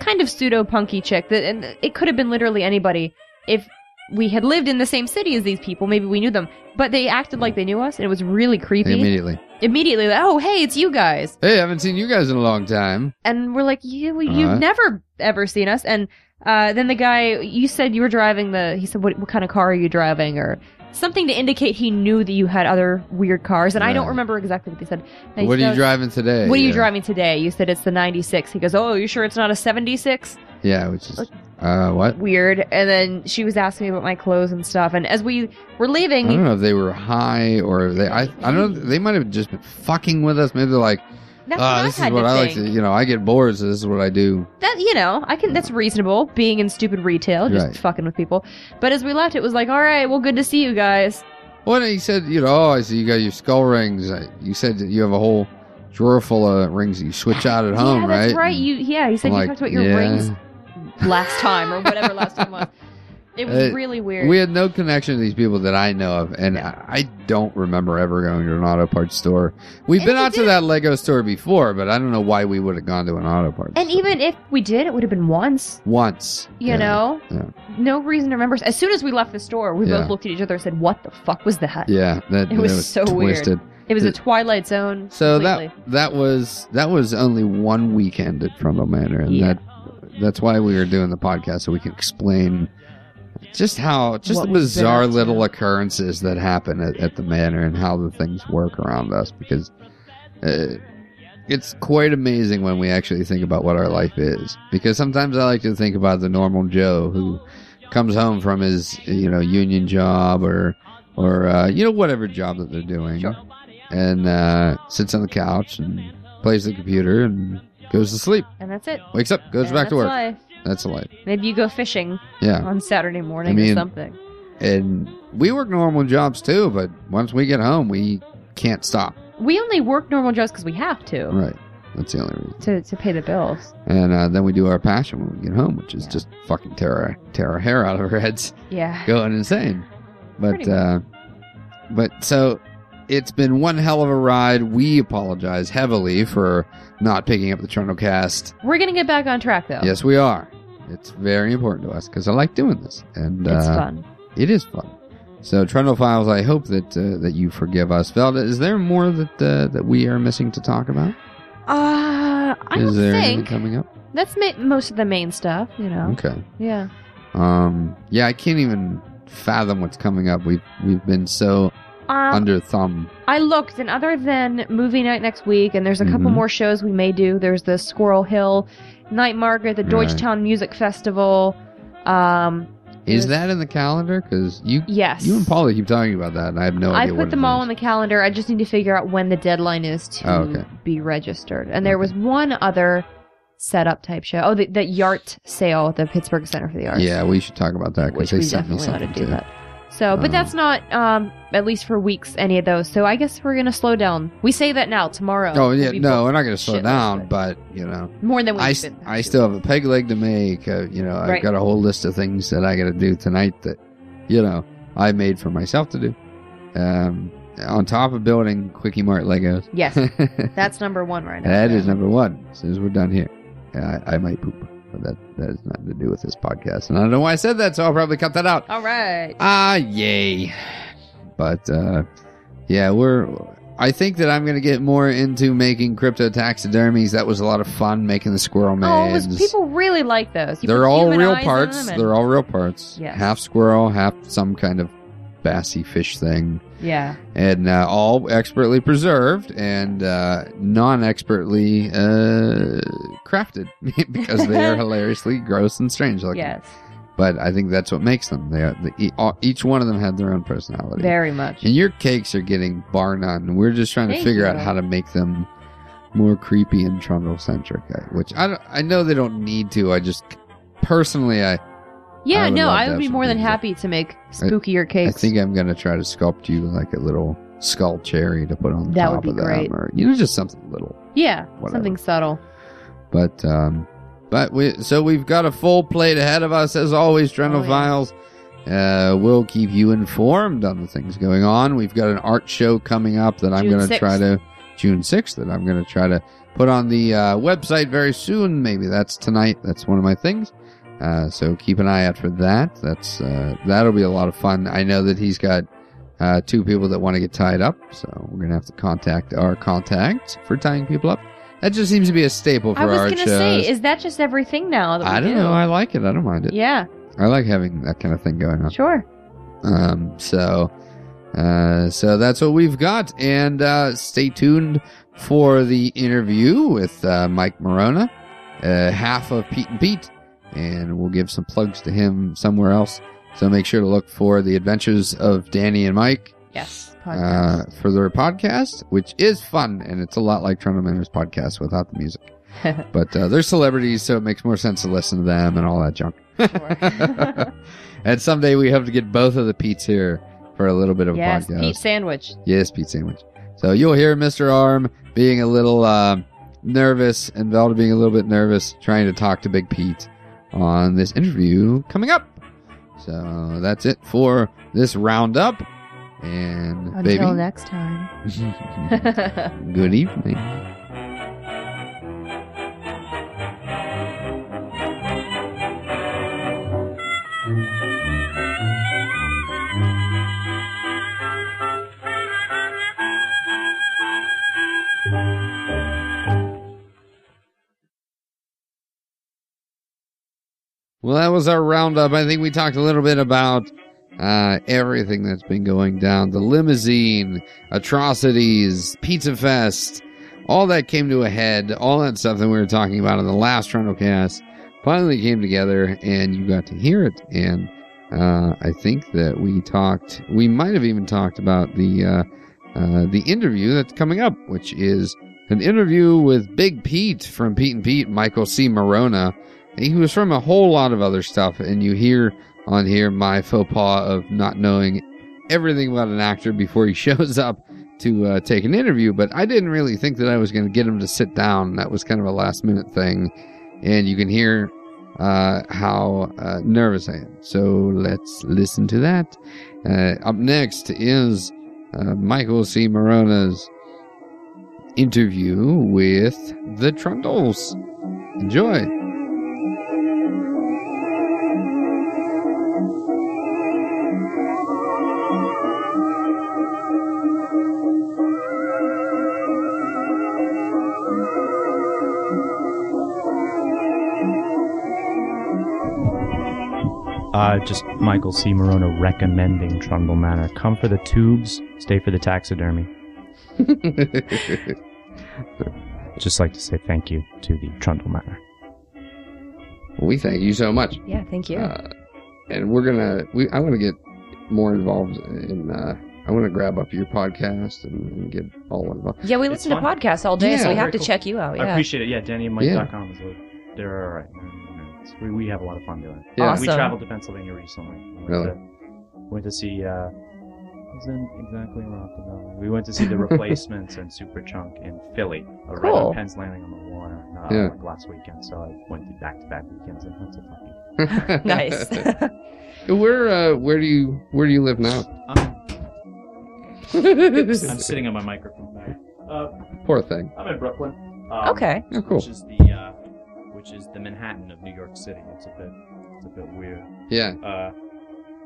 S4: kind of pseudo punky chick that, and it could have been literally anybody if we had lived in the same city as these people, maybe we knew them, but they acted like they knew us, and it was really creepy.
S2: Immediately.
S4: Immediately, like, oh hey, it's you guys
S2: Hey, I haven't seen you guys in a long time.
S4: and we're like, you, we-
S2: All
S4: you've
S2: right.
S4: never ever seen us. And uh, then the guy, you said you were driving the. He said, what, what kind of car are you driving, or something to indicate he knew that you had other weird cars. And I don't
S2: Right.
S4: remember exactly what they said. And he
S2: What are
S4: said,
S2: you driving today?
S4: What are you
S2: Yeah.
S4: driving today? You said it's the '96. He goes, "Oh, you sure it's not a '76?"
S2: Yeah, which is uh, what?
S4: Weird. And then she was asking me about my clothes and stuff. And as we were
S2: I
S4: leaving,
S2: don't know if they were high or they. I I don't know. They might have just been fucking with us. Maybe they're like.
S4: that's
S2: Ah,
S4: what
S2: this
S4: I had
S2: is what
S4: to
S2: I like
S4: think.
S2: to, you know, I get bored, so this is what I do.
S4: that you know i can that's reasonable being in stupid retail just
S2: Right.
S4: fucking with people but as we left it was like all right well good to see you guys
S2: Well, he said, you know, oh, I see you got your skull rings. I- You said that you have a whole drawer full of rings that you switch out at home,
S4: yeah
S2: right?
S4: that's right you yeah you said
S2: I'm
S4: you
S2: like,
S4: talked about your
S2: yeah.
S4: rings last time or whatever last time was it was
S2: Uh,
S4: really weird
S2: We had no connection to these people that I know of, and I, I don't remember ever going to an auto parts store. We've
S4: And
S2: been
S4: we
S2: out to
S4: did.
S2: that Lego store before, but I don't know why we would have gone to an auto parts
S4: and
S2: store.
S4: even if we did it would have been once
S2: once,
S4: you
S2: Yeah.
S4: know
S2: yeah.
S4: no reason to remember as soon as we left the store we
S2: Yeah.
S4: both looked at each other and said what the fuck was that
S2: Yeah, that
S4: It was
S2: that
S4: so weird.
S2: twisted.
S4: it was a
S2: It-
S4: twilight zone
S2: So
S4: completely.
S2: that that was that was only one weekend at Trundle Manor, and
S4: Yeah.
S2: that that's why we were doing the podcast so we can explain just how just
S4: What
S2: the
S4: we've been
S2: bizarre
S4: up to.
S2: little occurrences that happen at, at the manor and how the things work around us because uh, it's quite amazing when we actually think about what our life is because sometimes I like to think about the normal Joe who comes home from his you know union job or or uh, you know whatever job that they're doing
S4: Sure.
S2: and uh, sits on the couch and plays the computer and goes to sleep,
S4: and that's it.
S2: wakes up, goes
S4: And
S2: back to
S4: that's
S2: work.
S4: life.
S2: That's a life.
S4: Maybe you go fishing
S2: Yeah.
S4: on Saturday morning
S2: mean-
S4: or something.
S2: And we work normal jobs too, but once we get home, we can't stop.
S4: We only work normal jobs because we have to
S2: Right. That's the only reason.
S4: to to pay the bills.
S2: And uh, then we do our passion when we get home, which is
S4: Yeah.
S2: just fucking tear our, tear our hair out of our heads,
S4: Yeah.
S2: going insane. But
S4: Pretty
S2: uh, but so it's been one hell of a ride. We apologize heavily for not picking up the Trundle cast.
S4: We're gonna get back on track though.
S2: Yes, we are. It's very important to us because I like doing this, and
S4: It's
S2: uh,
S4: fun.
S2: It is fun. So Trundle Files, I hope that uh, that you forgive us. Velda, is there more that uh, that we are missing to talk about?
S4: Uh, I
S2: is
S4: don't
S2: there anything
S4: think
S2: coming up?
S4: that's ma- most of the main stuff. You know.
S2: Okay.
S4: Yeah.
S2: Um, yeah, I can't even fathom what's coming up. We've we've been so
S4: Um,
S2: under thumb.
S4: I looked, and other than movie night next week, and there's a couple
S2: Mhm.
S4: more shows we may do. There's the Squirrel Hill, Night Market, the
S2: Right.
S4: Deutschtown Music Festival. Um,
S2: Is
S4: there's-
S2: that in the calendar? Because you
S4: yes.
S2: you and Paula keep talking about that, and I have no
S4: I
S2: idea. what
S4: put them
S2: it
S4: all
S2: is.
S4: on the calendar. I just need to figure out when the deadline is to
S2: Oh, okay.
S4: be registered. And there
S2: Okay.
S4: was one other setup type show. Oh, the, the Yart sale at the Pittsburgh Center for the Arts.
S2: Yeah, we should talk about that because
S4: which
S2: they
S4: we
S2: sent me
S4: definitely ought
S2: something
S4: to do
S2: too.
S4: that. So, but
S2: Um,
S4: that's not um, at least for weeks any of those. So I guess we're gonna slow down. We say that now tomorrow.
S2: Oh
S4: we'll
S2: yeah,
S4: be
S2: no, we're not going to slow
S4: shit
S2: down,
S4: list,
S2: but you know,
S4: booked more than we've
S2: I, s-
S4: been.
S2: I still have a peg leg to make. Uh, you know, I've
S4: Right.
S2: got a whole list of things that I got to do tonight that, you know, I made for myself to do. Um, on top of building Quickie Mart Legos.
S4: yes, that's number one right now.
S2: That
S4: so.
S2: is number one. As soon as we're done here, I, I might poop, but that that has nothing to do with this podcast. And I don't know why I said that, so I'll probably cut that out.
S4: all right.
S2: Ah, yay! But uh, yeah, we're. I think that I'm going to get more into making crypto taxidermies. That was a lot of fun making the squirrel
S4: Oh, it
S2: mans.
S4: was, people really like those. You
S2: They're
S4: put
S2: all
S4: human
S2: real
S4: eyes on
S2: parts.
S4: them and-
S2: They're all real parts.
S4: Yes.
S2: Half squirrel, half some kind of bassy fish thing
S4: yeah,
S2: and uh, all expertly preserved and uh, non-expertly uh, crafted because they are hilariously gross and strange looking.
S4: yes,
S2: But I think that's what makes them. They, are, the- e all, each one of them had their own personality.
S4: very much.
S2: and your cakes are getting bar none. We're just trying to
S4: Thank
S2: figure out
S4: you.
S2: how to make them more creepy and trundle centric, which I don't, I know they don't need to. I just personally I
S4: Yeah,
S2: I would
S4: no,
S2: love to
S4: I
S2: have
S4: would be
S2: some
S4: more than
S2: things that-
S4: happy to make spookier cakes.
S2: I think I'm gonna try to sculpt you like a little skull cherry to put on the
S4: That would
S2: top
S4: be
S2: of the
S4: great.
S2: hammer. You know, just something little.
S4: yeah,
S2: Whatever.
S4: something subtle.
S2: But um, but we so we've got a full plate ahead of us as always, Trendle
S4: Oh, yeah.
S2: Files. Uh, we'll keep you informed on the things going on. We've got an art show coming up that I'm
S4: June
S2: going to
S4: 6th.
S2: try to June 6th that I'm going to try to put on the uh, website very soon. Maybe that's tonight. That's one of my things. Uh, so keep an eye out for that. That's uh, that'll be a lot of fun. I know that he's got uh, two people that want to get tied up, so we're gonna have to contact our contacts for tying people up. That just seems to be a staple for
S4: I was
S2: our
S4: gonna
S2: shows.
S4: say, is that just everything now? That we
S2: I don't
S4: do?
S2: know. I like it. I don't mind it.
S4: yeah,
S2: I like having that kind of thing going on.
S4: sure.
S2: Um, so, uh, so that's what we've got, and uh, stay tuned for the interview with uh, Mike Morona, uh, half of Pete and Pete, and we'll give some plugs to him somewhere else. So make sure to look for the Adventures of Danny and Mike
S4: Yes.
S2: uh, for their podcast, which is fun, and it's a lot like Toronto Manners podcast without the music. but uh, they're celebrities, so it makes more sense to listen to them and all that junk. Uh,
S4: Sure.
S2: and someday we hope to get both of the Pete's here for a little bit of a
S4: yes,
S2: podcast.
S4: Pete Sandwich.
S2: Yes, Pete Sandwich. So you'll hear Mr. Arm being a little um, nervous and Velda being a little bit nervous trying to talk to Big Pete on this interview coming up. So that's it for this roundup. And baby,
S4: Until next time.
S2: good evening. Well, that was our roundup. I think we talked a little bit about uh, everything that's been going down the limousine, atrocities, Pizza Fest, all that came to a head. All that stuff that we were talking about in the last Trundlecast finally came together, and you got to hear it. And uh, I think that we talked, we might have even talked about the uh, uh, the interview that's coming up, which is an interview with Big Pete from Pete and Pete, Michael C. Morona. He was from a whole lot of other stuff, and you hear on here my faux pas of not knowing everything about an actor before he shows up to uh, take an interview. But I didn't really think that I was going to get him to sit down. That was kind of a last minute thing, and you can hear uh, how uh, nervous I am. So let's listen to that. Uh, up next is uh, Michael C. Morona's interview with the Trundles. Enjoy.
S5: Uh, just Michael C. Morona recommending Trundle Manor. Come for the tubes, stay for the taxidermy. Just like to say thank you to the Trundle Manor.
S2: we thank you so much.
S4: Yeah, thank you.
S2: Uh, and we're gonna. We, I want to get more involved in. Uh, I want to grab up your podcast and, and get all involved.
S3: Yeah, we
S5: It's
S3: listen to
S5: fun.
S3: podcasts all day,
S2: Yeah.
S3: so we have
S5: Very
S3: to
S5: cool.
S3: check you out.
S5: I
S3: Yeah.
S5: appreciate it. Yeah, DannyandMike.com is what they're all right. No, no, no. It's- We, we have a lot of fun doing it.
S2: Yeah.
S5: We
S3: Awesome.
S5: traveled to Pennsylvania recently. We went
S2: Really?
S5: To, went to see. Uh, it wasn't exactly Rockabella. We went to see the replacements and Superchunk in Philly, uh, right
S3: Cool.
S5: on Penn's Landing on the water, uh,
S2: Yeah.
S5: like last weekend. So I went to back to back weekends in Pennsylvania.
S3: Nice.
S2: where uh, where do you where do you live now?
S5: I'm, I'm sitting on my microphone back. Uh,
S2: Poor thing.
S5: I'm in Brooklyn. Um,
S3: okay.
S2: Oh, cool.
S5: Which is the uh, which is the Manhattan of New York City. It's a bit it's a bit weird.
S2: Yeah.
S5: Uh,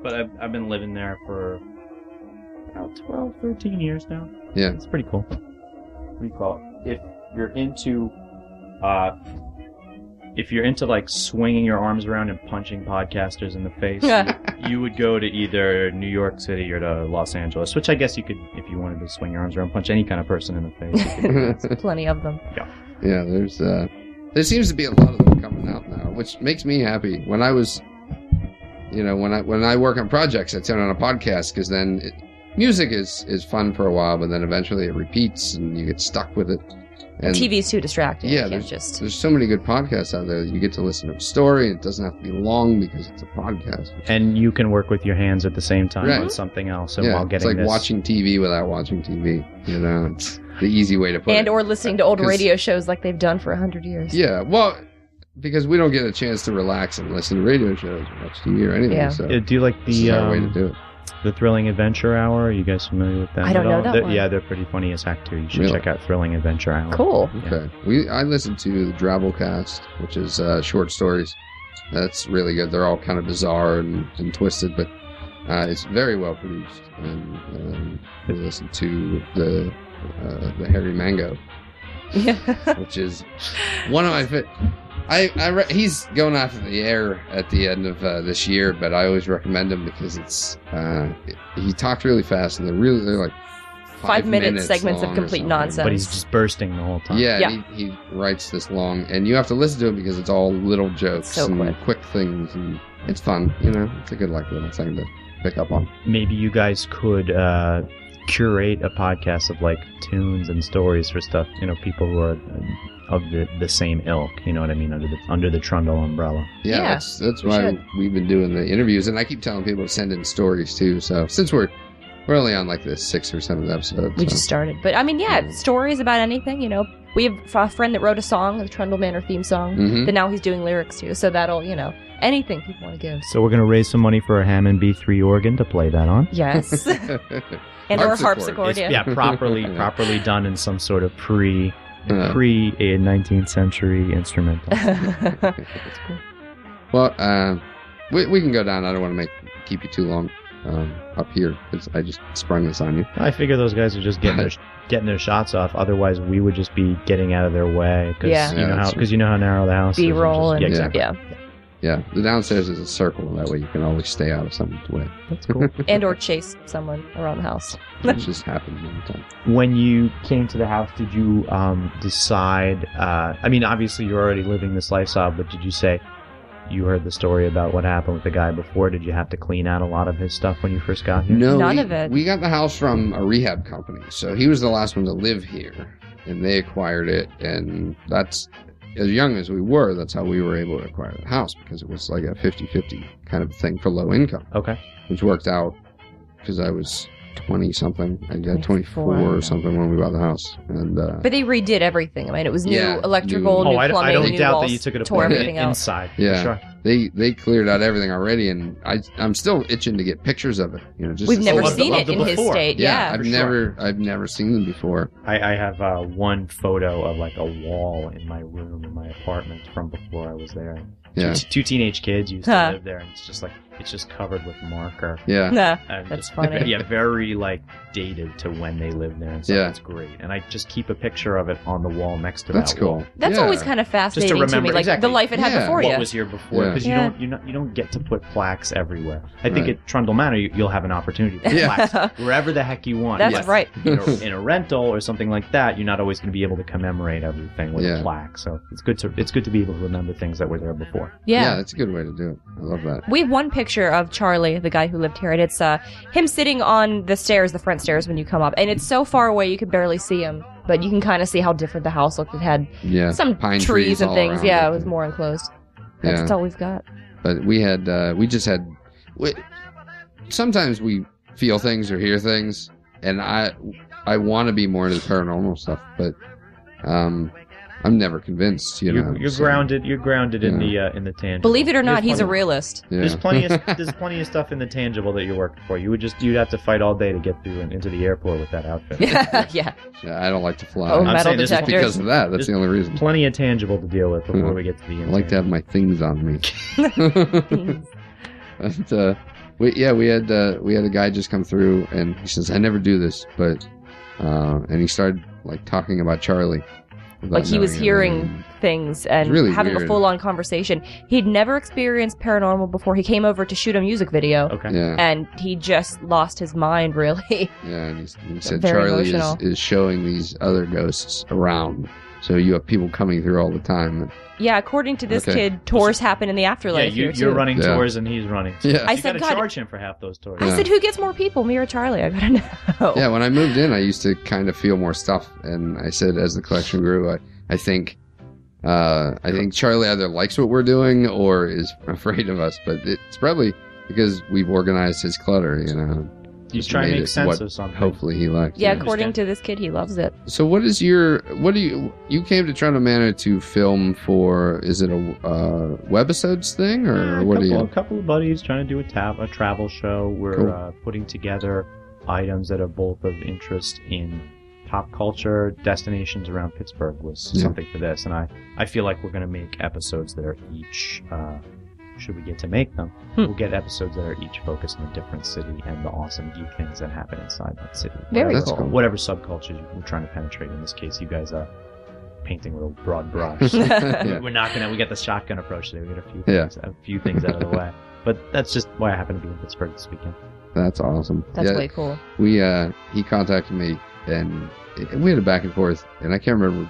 S5: but I've, I've been living there for about 12, 13 years now.
S2: Yeah.
S5: It's pretty cool. What do you call it? If you're into, uh, if you're into like swinging your arms around and punching podcasters in the face, you would go to either New York City or to Los Angeles, which I guess you could, if you wanted to swing your arms around, punch any kind of person in the face. you could do that.
S3: Plenty of them.
S2: Yeah, there's uh there seems to be a lot of them coming out now, which makes me happy. When I was you know, when I when I work on projects, I turn on a podcast cuz then it, music is is fun for a while, but then eventually it repeats and you get stuck with it. And
S3: TV's too distracting.
S2: Yeah,
S3: you can't
S2: there's-
S3: just.
S2: there's so many good podcasts out there. that You get to listen to a story and it doesn't have to be long because it's a podcast.
S5: and you can work with your hands at the same time
S2: Right.
S5: on something else. And
S2: yeah,
S5: while
S2: it's
S5: getting
S2: like
S5: this,
S2: watching TV without watching TV, you know. It's the easy way to put it.
S3: And or listening to old
S2: 'Cause-
S3: radio shows like they've done for a hundred years.
S2: Yeah, well, because we don't get a chance to relax and listen to radio shows or watch TV or anything.
S3: Yeah.
S2: So
S5: Uh, do you like
S2: this is
S5: the
S2: our way to
S5: um,
S2: do it.
S5: the Thrilling Adventure Hour? Are you guys familiar with that?
S3: I don't
S5: at
S3: know
S5: all?
S3: that
S5: They're-
S3: one.
S5: Yeah, they're pretty funny as heck too. You should
S2: Really?
S5: check out Thrilling Adventure Hour.
S3: Cool.
S2: Okay. We I listen to the Drabblecast, which is uh, short stories. That's really good. They're all kind of bizarre and, and twisted, but uh, it's very well produced. And um, we listen to the uh, the Harry Mango,
S3: Yeah.
S2: which is one of my fit. I, I re- he's going off the air at the end of uh, this year, but I always recommend him because it's uh, he talks really fast and they're really they're like five,
S3: Five-minute
S2: minutes
S3: segments of
S2: long or
S3: complete
S2: something.
S3: nonsense.
S5: But he's just bursting the whole time.
S2: Yeah,
S3: Yeah.
S2: and He, he writes this long, and you have to listen to it because it's all little jokes
S3: so
S2: and
S3: quick.
S2: things, and it's fun. You know, it's a good like little thing to pick up on.
S5: Maybe you guys could uh, curate a podcast of like tunes and stories for stuff. You know, people who are uh, of the, the same ilk. You know what I mean? Under the under the Trundle umbrella.
S2: Yeah,
S3: Yeah,
S2: that's that's
S3: we
S2: why
S3: should.
S2: we've been doing the interviews, and I keep telling people to send in stories too. So since we're we're only on like the sixth or seventh episode,
S3: We
S2: so-
S3: just started. But I mean, yeah,
S2: Mm.
S3: stories about anything, you know. We have a friend that wrote a song, the Trundle Manor theme song,
S2: Mhm.
S3: that now he's doing lyrics to. So that'll, you know, anything people want to give.
S5: So we're gonna raise some money for a Hammond B3 organ to play that on.
S3: Yes. and or a
S2: Harpsichord.
S3: harpsichord,
S5: It's,
S3: yeah.
S5: yeah, properly properly done in some sort of pre
S2: Uh.
S5: pre a 19th century instrumental.
S2: well, um, we we can go down. I don't want to make keep you too long um, up here because I just sprung this on you.
S5: I figure those guys are just getting their getting their shots off. Otherwise, we would just be getting out of their way because
S3: Yeah.
S5: you
S2: Yeah,
S5: know how
S2: that's true.
S5: because you know how narrow the house is.
S3: B-roll
S5: just-
S3: and-
S5: yeah, exactly.
S3: yeah.
S2: Yeah, the downstairs is a circle. That way you can always stay out of someone's way.
S5: That's cool.
S3: And or chase someone around the house.
S2: It just happens all the time.
S5: when you came to the house, did you um, decide? Uh, I mean, obviously you're already living this lifestyle, but did you say? You heard the story about what happened with the guy before. Did you have to clean out a lot of his stuff when you first got here?
S2: No,
S3: None
S2: we,
S3: of it.
S2: We got the house from a rehab company, so he was the last one to live here. and they acquired it, and that's as young as we were. That's how we were able to acquire the house because it was like a 50-50 kind of thing for low income,
S5: Okay.
S2: which worked out because I was twenty something. I got twenty
S3: 24.
S2: four or something when we bought the house, and uh,
S4: But they redid everything. I mean, it was new
S2: Yeah,
S4: electrical,
S2: new-
S4: new,
S5: oh, I,
S4: plumbing,
S5: I don't
S4: new
S5: doubt
S4: walls,
S5: that you took it
S4: tore
S5: apart
S4: everything out.
S5: inside.
S2: Yeah.
S5: Sure.
S2: they they cleared out everything already, and I I'm still itching to get pictures of it. You know, just
S4: We've
S2: to
S4: never
S2: see
S5: of
S2: what
S5: the-
S4: seen
S5: of
S4: it
S5: the
S4: in his
S5: before.
S4: state. Yeah.
S2: I've
S5: for
S2: never I've never seen them before.
S5: I, I have uh, one photo of like a wall in my room in my apartment from before I was there.
S2: Yeah,
S5: Two, two teenage kids used
S4: Huh.
S5: to live there, and it's just like it's just covered with marker.
S2: yeah.
S4: Nah.
S5: And
S4: That's
S5: just,
S4: funny.
S5: Yeah, very like dated to when they lived there, and so
S2: Yeah.
S5: it's great. And I just keep a picture of it on the wall next to
S2: That's
S5: that. wall.
S2: cool.
S4: That's
S2: Yeah.
S4: always kind of fascinating to, me,
S5: remember
S4: like
S5: exactly
S4: the life it had
S2: Yeah.
S4: before you.
S5: What was here before?
S2: Yeah.
S5: Because
S4: Oh, Yeah.
S5: you don't you not you don't get to put plaques everywhere. I think
S2: Right.
S5: at Trundle Manor you, you'll have an opportunity to put
S2: Yeah.
S5: plaques wherever the heck you want.
S4: That's
S5: Yes.
S4: right.
S5: in a, in a rental or something like that, you're not always going to be able to commemorate everything with
S2: Yeah.
S5: a plaque. So it's good to it's good to be able to remember things that were there before.
S4: Yeah.
S2: that's a good way to do it. I love that.
S4: We have one picture of Charlie, the guy who lived here, and it's uh, him sitting on the stairs, the front stairs, when you come up. And it's so far away you can barely see him, but you can kind of see how different the house looked. It had
S2: Yeah,
S4: some
S2: pine
S4: trees,
S2: trees
S4: and
S2: all
S4: things.
S2: around
S4: Yeah,
S2: it.
S4: it was more enclosed. That's
S2: yeah.
S4: all we've got.
S2: But we had uh, we just had. We, sometimes we feel things or hear things, and I I want to be more into the paranormal stuff, but um, I'm never convinced. You know,
S5: You're, you're
S2: so-
S5: grounded. You're grounded in the uh, in the tangible.
S4: Believe it or not, he's a
S5: real.
S4: realist.
S2: Yeah.
S5: There's plenty of there's plenty of stuff in the tangible that you're working for. You would just you'd have to fight all day to get through and into the airport with that outfit.
S4: yeah.
S2: Yeah, I don't like to fly.
S4: Oh,
S5: I'm
S4: metal
S5: saying this is
S2: just because
S4: detectors.
S2: of that. That's
S5: Just
S2: the only reason.
S5: plenty of tangible to deal with before
S2: Yeah.
S5: we get to the
S2: Hmm. I
S5: end.
S2: like to have my things on me. And, uh, we, yeah, we had uh, we had a guy just come through, and he says, "I never do this," but uh, and he started like talking about Charlie, without
S4: Like he was
S2: knowing it,
S4: hearing
S2: and-
S4: things and
S2: really
S4: having a
S2: weird.
S4: full on conversation. He'd never experienced paranormal before. He came over to shoot a music video.
S5: Okay.
S2: Yeah,
S4: And he just lost his mind, really.
S2: yeah, and he, s- he said
S4: Very
S2: Charlie is,
S4: emotional.
S2: is showing these other ghosts around, so you have people coming through all the time.
S4: yeah, according to this
S2: Okay.
S4: kid, tours happen in the afterlife.
S5: yeah, you,
S4: here,
S5: you're
S4: too.
S5: running
S2: Yeah.
S5: tours and he's running. tours.
S2: Yeah,
S4: I
S5: you
S4: said,
S5: gotta
S4: God-
S5: charge him for half those tours.
S4: I
S2: Yeah.
S4: said, who gets more people, me or Charlie? I gotta know.
S2: yeah. When I moved in, I used to kind of feel more stuff, and I said as the collection grew, I, I think. Uh, I think Charlie either likes what we're doing or is afraid of us, but it's probably because we've organized his clutter, you know.
S5: He's trying to
S2: made
S5: make
S2: it
S5: sense
S2: what
S5: of something.
S2: Hopefully he likes.
S4: Yeah,
S2: it.
S4: according to this kid, he loves it.
S2: So what is your what do you you came to Toronto Manor to film for? Is it a uh, webisodes thing
S5: Yeah,
S2: or
S5: a
S2: what do
S5: couple, a
S2: you?
S5: couple of buddies trying to do a, ta- a travel show. We're
S2: Cool.
S5: uh, putting together items that are both of interest in pop culture. Destinations around Pittsburgh was
S2: Yeah.
S5: something for this, and I, I feel like we're going to make episodes that are each. Uh, should we get to make them,
S4: Hmm.
S5: we'll get episodes that are each focused on a different city and the awesome geek things that happen inside that city.
S4: Very
S5: whatever,
S2: That's cool. cool.
S5: Whatever subcultures you're trying to penetrate. In this case, you guys are painting with a broad brush.
S2: Yeah.
S5: We're not gonna. We got the shotgun approach today. We got a few
S2: Yeah.
S5: things, a few things out of the way. But that's just why I happen to be in Pittsburgh this weekend.
S2: That's awesome.
S4: That's
S2: yeah,
S4: way cool.
S2: we uh he contacted me and and we had a back and forth and I can't remember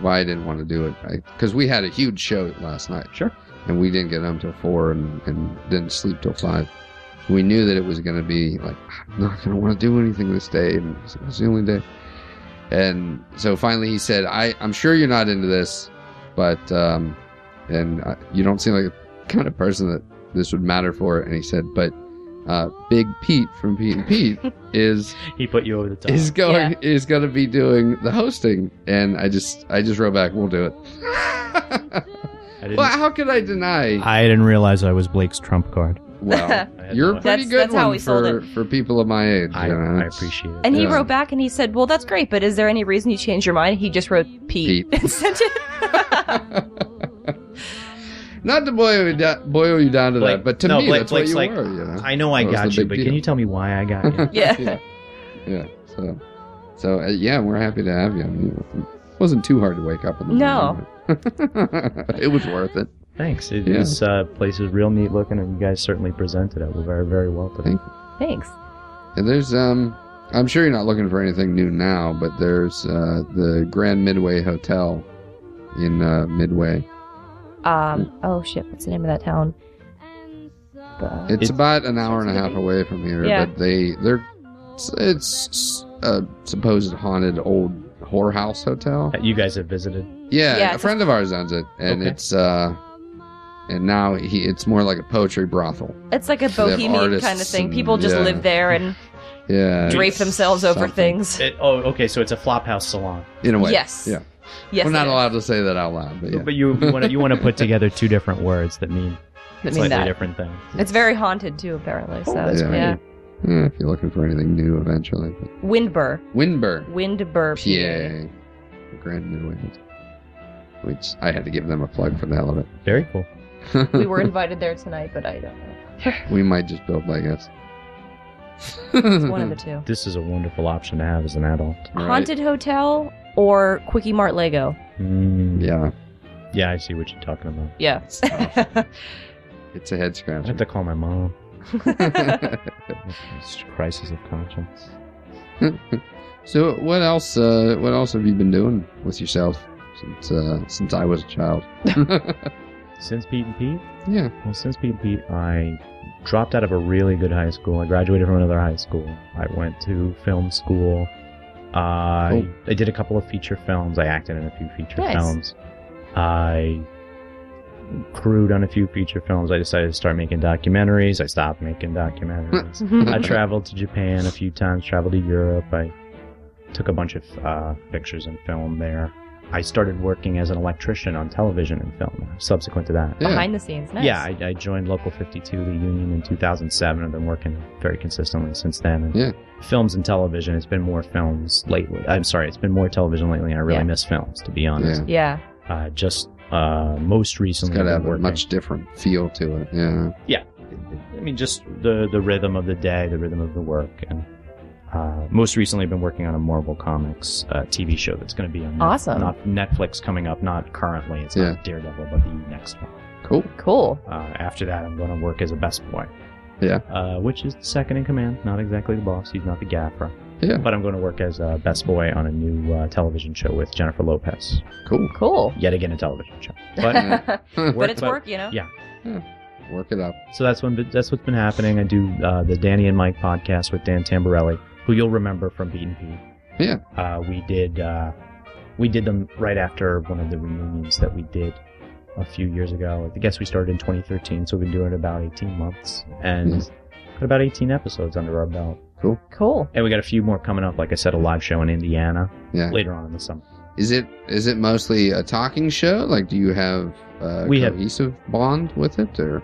S2: why I didn't want to do it because we had a huge show last night.
S5: Sure.
S2: And we didn't get home till four and, and didn't sleep till five. We knew that it was going to be like I'm not going to want to do anything this day and it's- it's the only day. And so finally he said, I I'm sure you're not into this, but um and uh, you don't seem like the kind of person that this would matter for. And he said, but uh, Big Pete from Pete and Pete is
S5: He put you over the top.
S2: is going is going to be doing the hosting and i just i just wrote back we'll do it
S5: I didn't,
S2: well how could i deny
S5: I didn't realize I was Blake's trump card.
S2: well
S5: I had
S2: you're
S5: no
S2: a pretty
S4: idea.
S2: good
S4: That's- that's how
S2: one
S4: we sold
S2: for, for people of my age
S5: I,
S2: you know?
S5: I
S2: It's-
S5: appreciate it.
S4: And he
S2: Yeah.
S4: wrote back and he said, Well, that's great, but is there any reason you changed your mind? He just wrote Pete, and sent it.
S2: not to boil you, down, boil you down to
S5: Blake-
S2: that but to
S5: no,
S2: me
S5: Blake-
S2: that's
S5: Blake's
S2: what
S5: like,
S2: you were you know?
S5: I know I
S2: That was
S5: got
S2: the
S5: you,
S2: big
S5: but
S2: deal.
S5: can you tell me why I got you?
S4: yeah.
S2: yeah yeah so so uh, yeah we're happy to have you I mean, it wasn't too hard to wake up in the
S4: No.
S2: morning. it was worth it
S5: Thanks. It,
S2: Yeah.
S5: This uh, place is real neat looking, and you guys certainly presented it very, very well today.
S2: Thank
S4: Thanks.
S2: And there's um I'm sure you're not looking for anything new now, but there's uh the Grand Midway Hotel in uh Midway.
S4: Um, oh, shit, what's the name of that town? Uh,
S2: It's,
S5: It's-
S2: about an hour and a half away from here,
S4: Yeah.
S2: but they they're it's, it's a supposed haunted old Whorehouse Hotel.
S5: that Uh, you guys have visited.
S2: Yeah,
S4: Yeah,
S2: a
S4: it's
S2: friend of ours owns it, and
S5: Okay.
S2: it's uh, and now he it's more like a poetry brothel.
S6: It's like a
S2: They have
S6: bohemian
S2: artists
S6: kind of thing.
S2: and-
S6: People just
S2: yeah.
S6: live there and
S2: Yeah,
S6: drape
S2: it's
S6: themselves over
S2: something.
S6: things.
S5: It, oh, okay, so it's a flophouse salon.
S2: in a way.
S6: Yes.
S2: Yeah.
S6: Yes.
S2: We're not
S6: it is.
S2: allowed to say that out loud, but yeah.
S5: But you, you want to you want to put together two different words that mean
S6: I mean
S5: slightly
S6: that.
S5: different things.
S6: It's very haunted too, apparently. So
S5: that's
S2: Oh, yeah.
S6: yeah.
S2: Yeah, if you're looking for anything new, eventually. But
S6: Windbur.
S2: Windburn,
S6: Windbur.
S2: PA, Grand Midwest, which I had to give them a plug for the hell of it.
S5: Very cool.
S6: We were invited there tonight, but I don't know.
S2: We might just build like us.
S6: It's one of the two.
S5: This is a wonderful option to have as an adult.
S2: Right.
S6: Haunted Hotel or Quickie Mart Lego.
S5: Mm, yeah.
S2: Yeah,
S5: I see what you're talking about.
S6: Yeah.
S2: it's a head
S5: I
S2: scratcher.
S5: have to call my mom. It's a crisis of conscience.
S2: so what else? Uh, what else have you been doing with yourself since uh, since I was a child?
S5: Since Pete and Pete,
S2: yeah.
S5: well, since Pete and Pete, I dropped out of a really good high school. I graduated from another high school. I went to film school. I
S2: Cool.
S5: I did a couple of feature films. I acted in a few feature
S6: Nice.
S5: films. I crewed on a few feature films. I decided to start making documentaries. I stopped making documentaries. I traveled to Japan a few times, traveled to Europe. I took a bunch of uh, pictures and film there. I started working as an electrician on television and film subsequent to that.
S2: Yeah.
S6: Behind the scenes. Nice.
S5: Yeah, I, I joined Local 52, the union, in 2007. I've been working very consistently since then. And
S2: Yeah.
S5: Films and television. It's been more films lately. I'm sorry, it's been more television lately, and I really
S6: Yeah.
S5: miss films, to be honest.
S2: Yeah.
S6: Yeah.
S5: Uh, just uh, most
S2: It's
S5: recently,
S2: got to
S5: I've been
S2: have a
S5: working-
S2: much different feel to it. Yeah.
S5: I mean, just the the rhythm of the day, the rhythm of the work, and uh, most recently, I've been working on a Marvel Comics uh, TV show that's going to be on Net-
S6: Awesome.
S5: not Netflix coming up, not currently. It's
S2: Yeah.
S5: not Daredevil, but the next one.
S2: Cool.
S6: Cool.
S5: Uh, after that, I'm going to work as a best boy.
S2: Yeah.
S5: Uh, which is the second in command, not exactly the boss. He's not the gaffer,
S2: Yeah.
S5: but I'm going to work as a best boy on a new uh, television show with Jennifer Lopez.
S2: Cool.
S6: Cool.
S5: Yet again, a television show, but
S6: but
S5: work,
S6: it's work, you know?
S5: yeah.
S2: Work it up.
S5: So that's when that's what's been happening. I do uh, the Danny and Mike podcast with Dan Tamborelli, who you'll remember from Beat and Pete.
S2: Yeah.
S5: Uh, we did uh, we did them right after one of the reunions that we did a few years ago. I guess we started in 2013, so we've been doing it about 18 months and
S2: Yes.
S5: got about 18 episodes under our belt.
S6: Cool.
S5: And we got a few more coming up. Like I said, a live show in Indiana
S2: Yeah.
S5: later on in the summer.
S2: Is it is it mostly a talking show? Like, do you have a
S5: We have-
S2: cohesive bond with it, or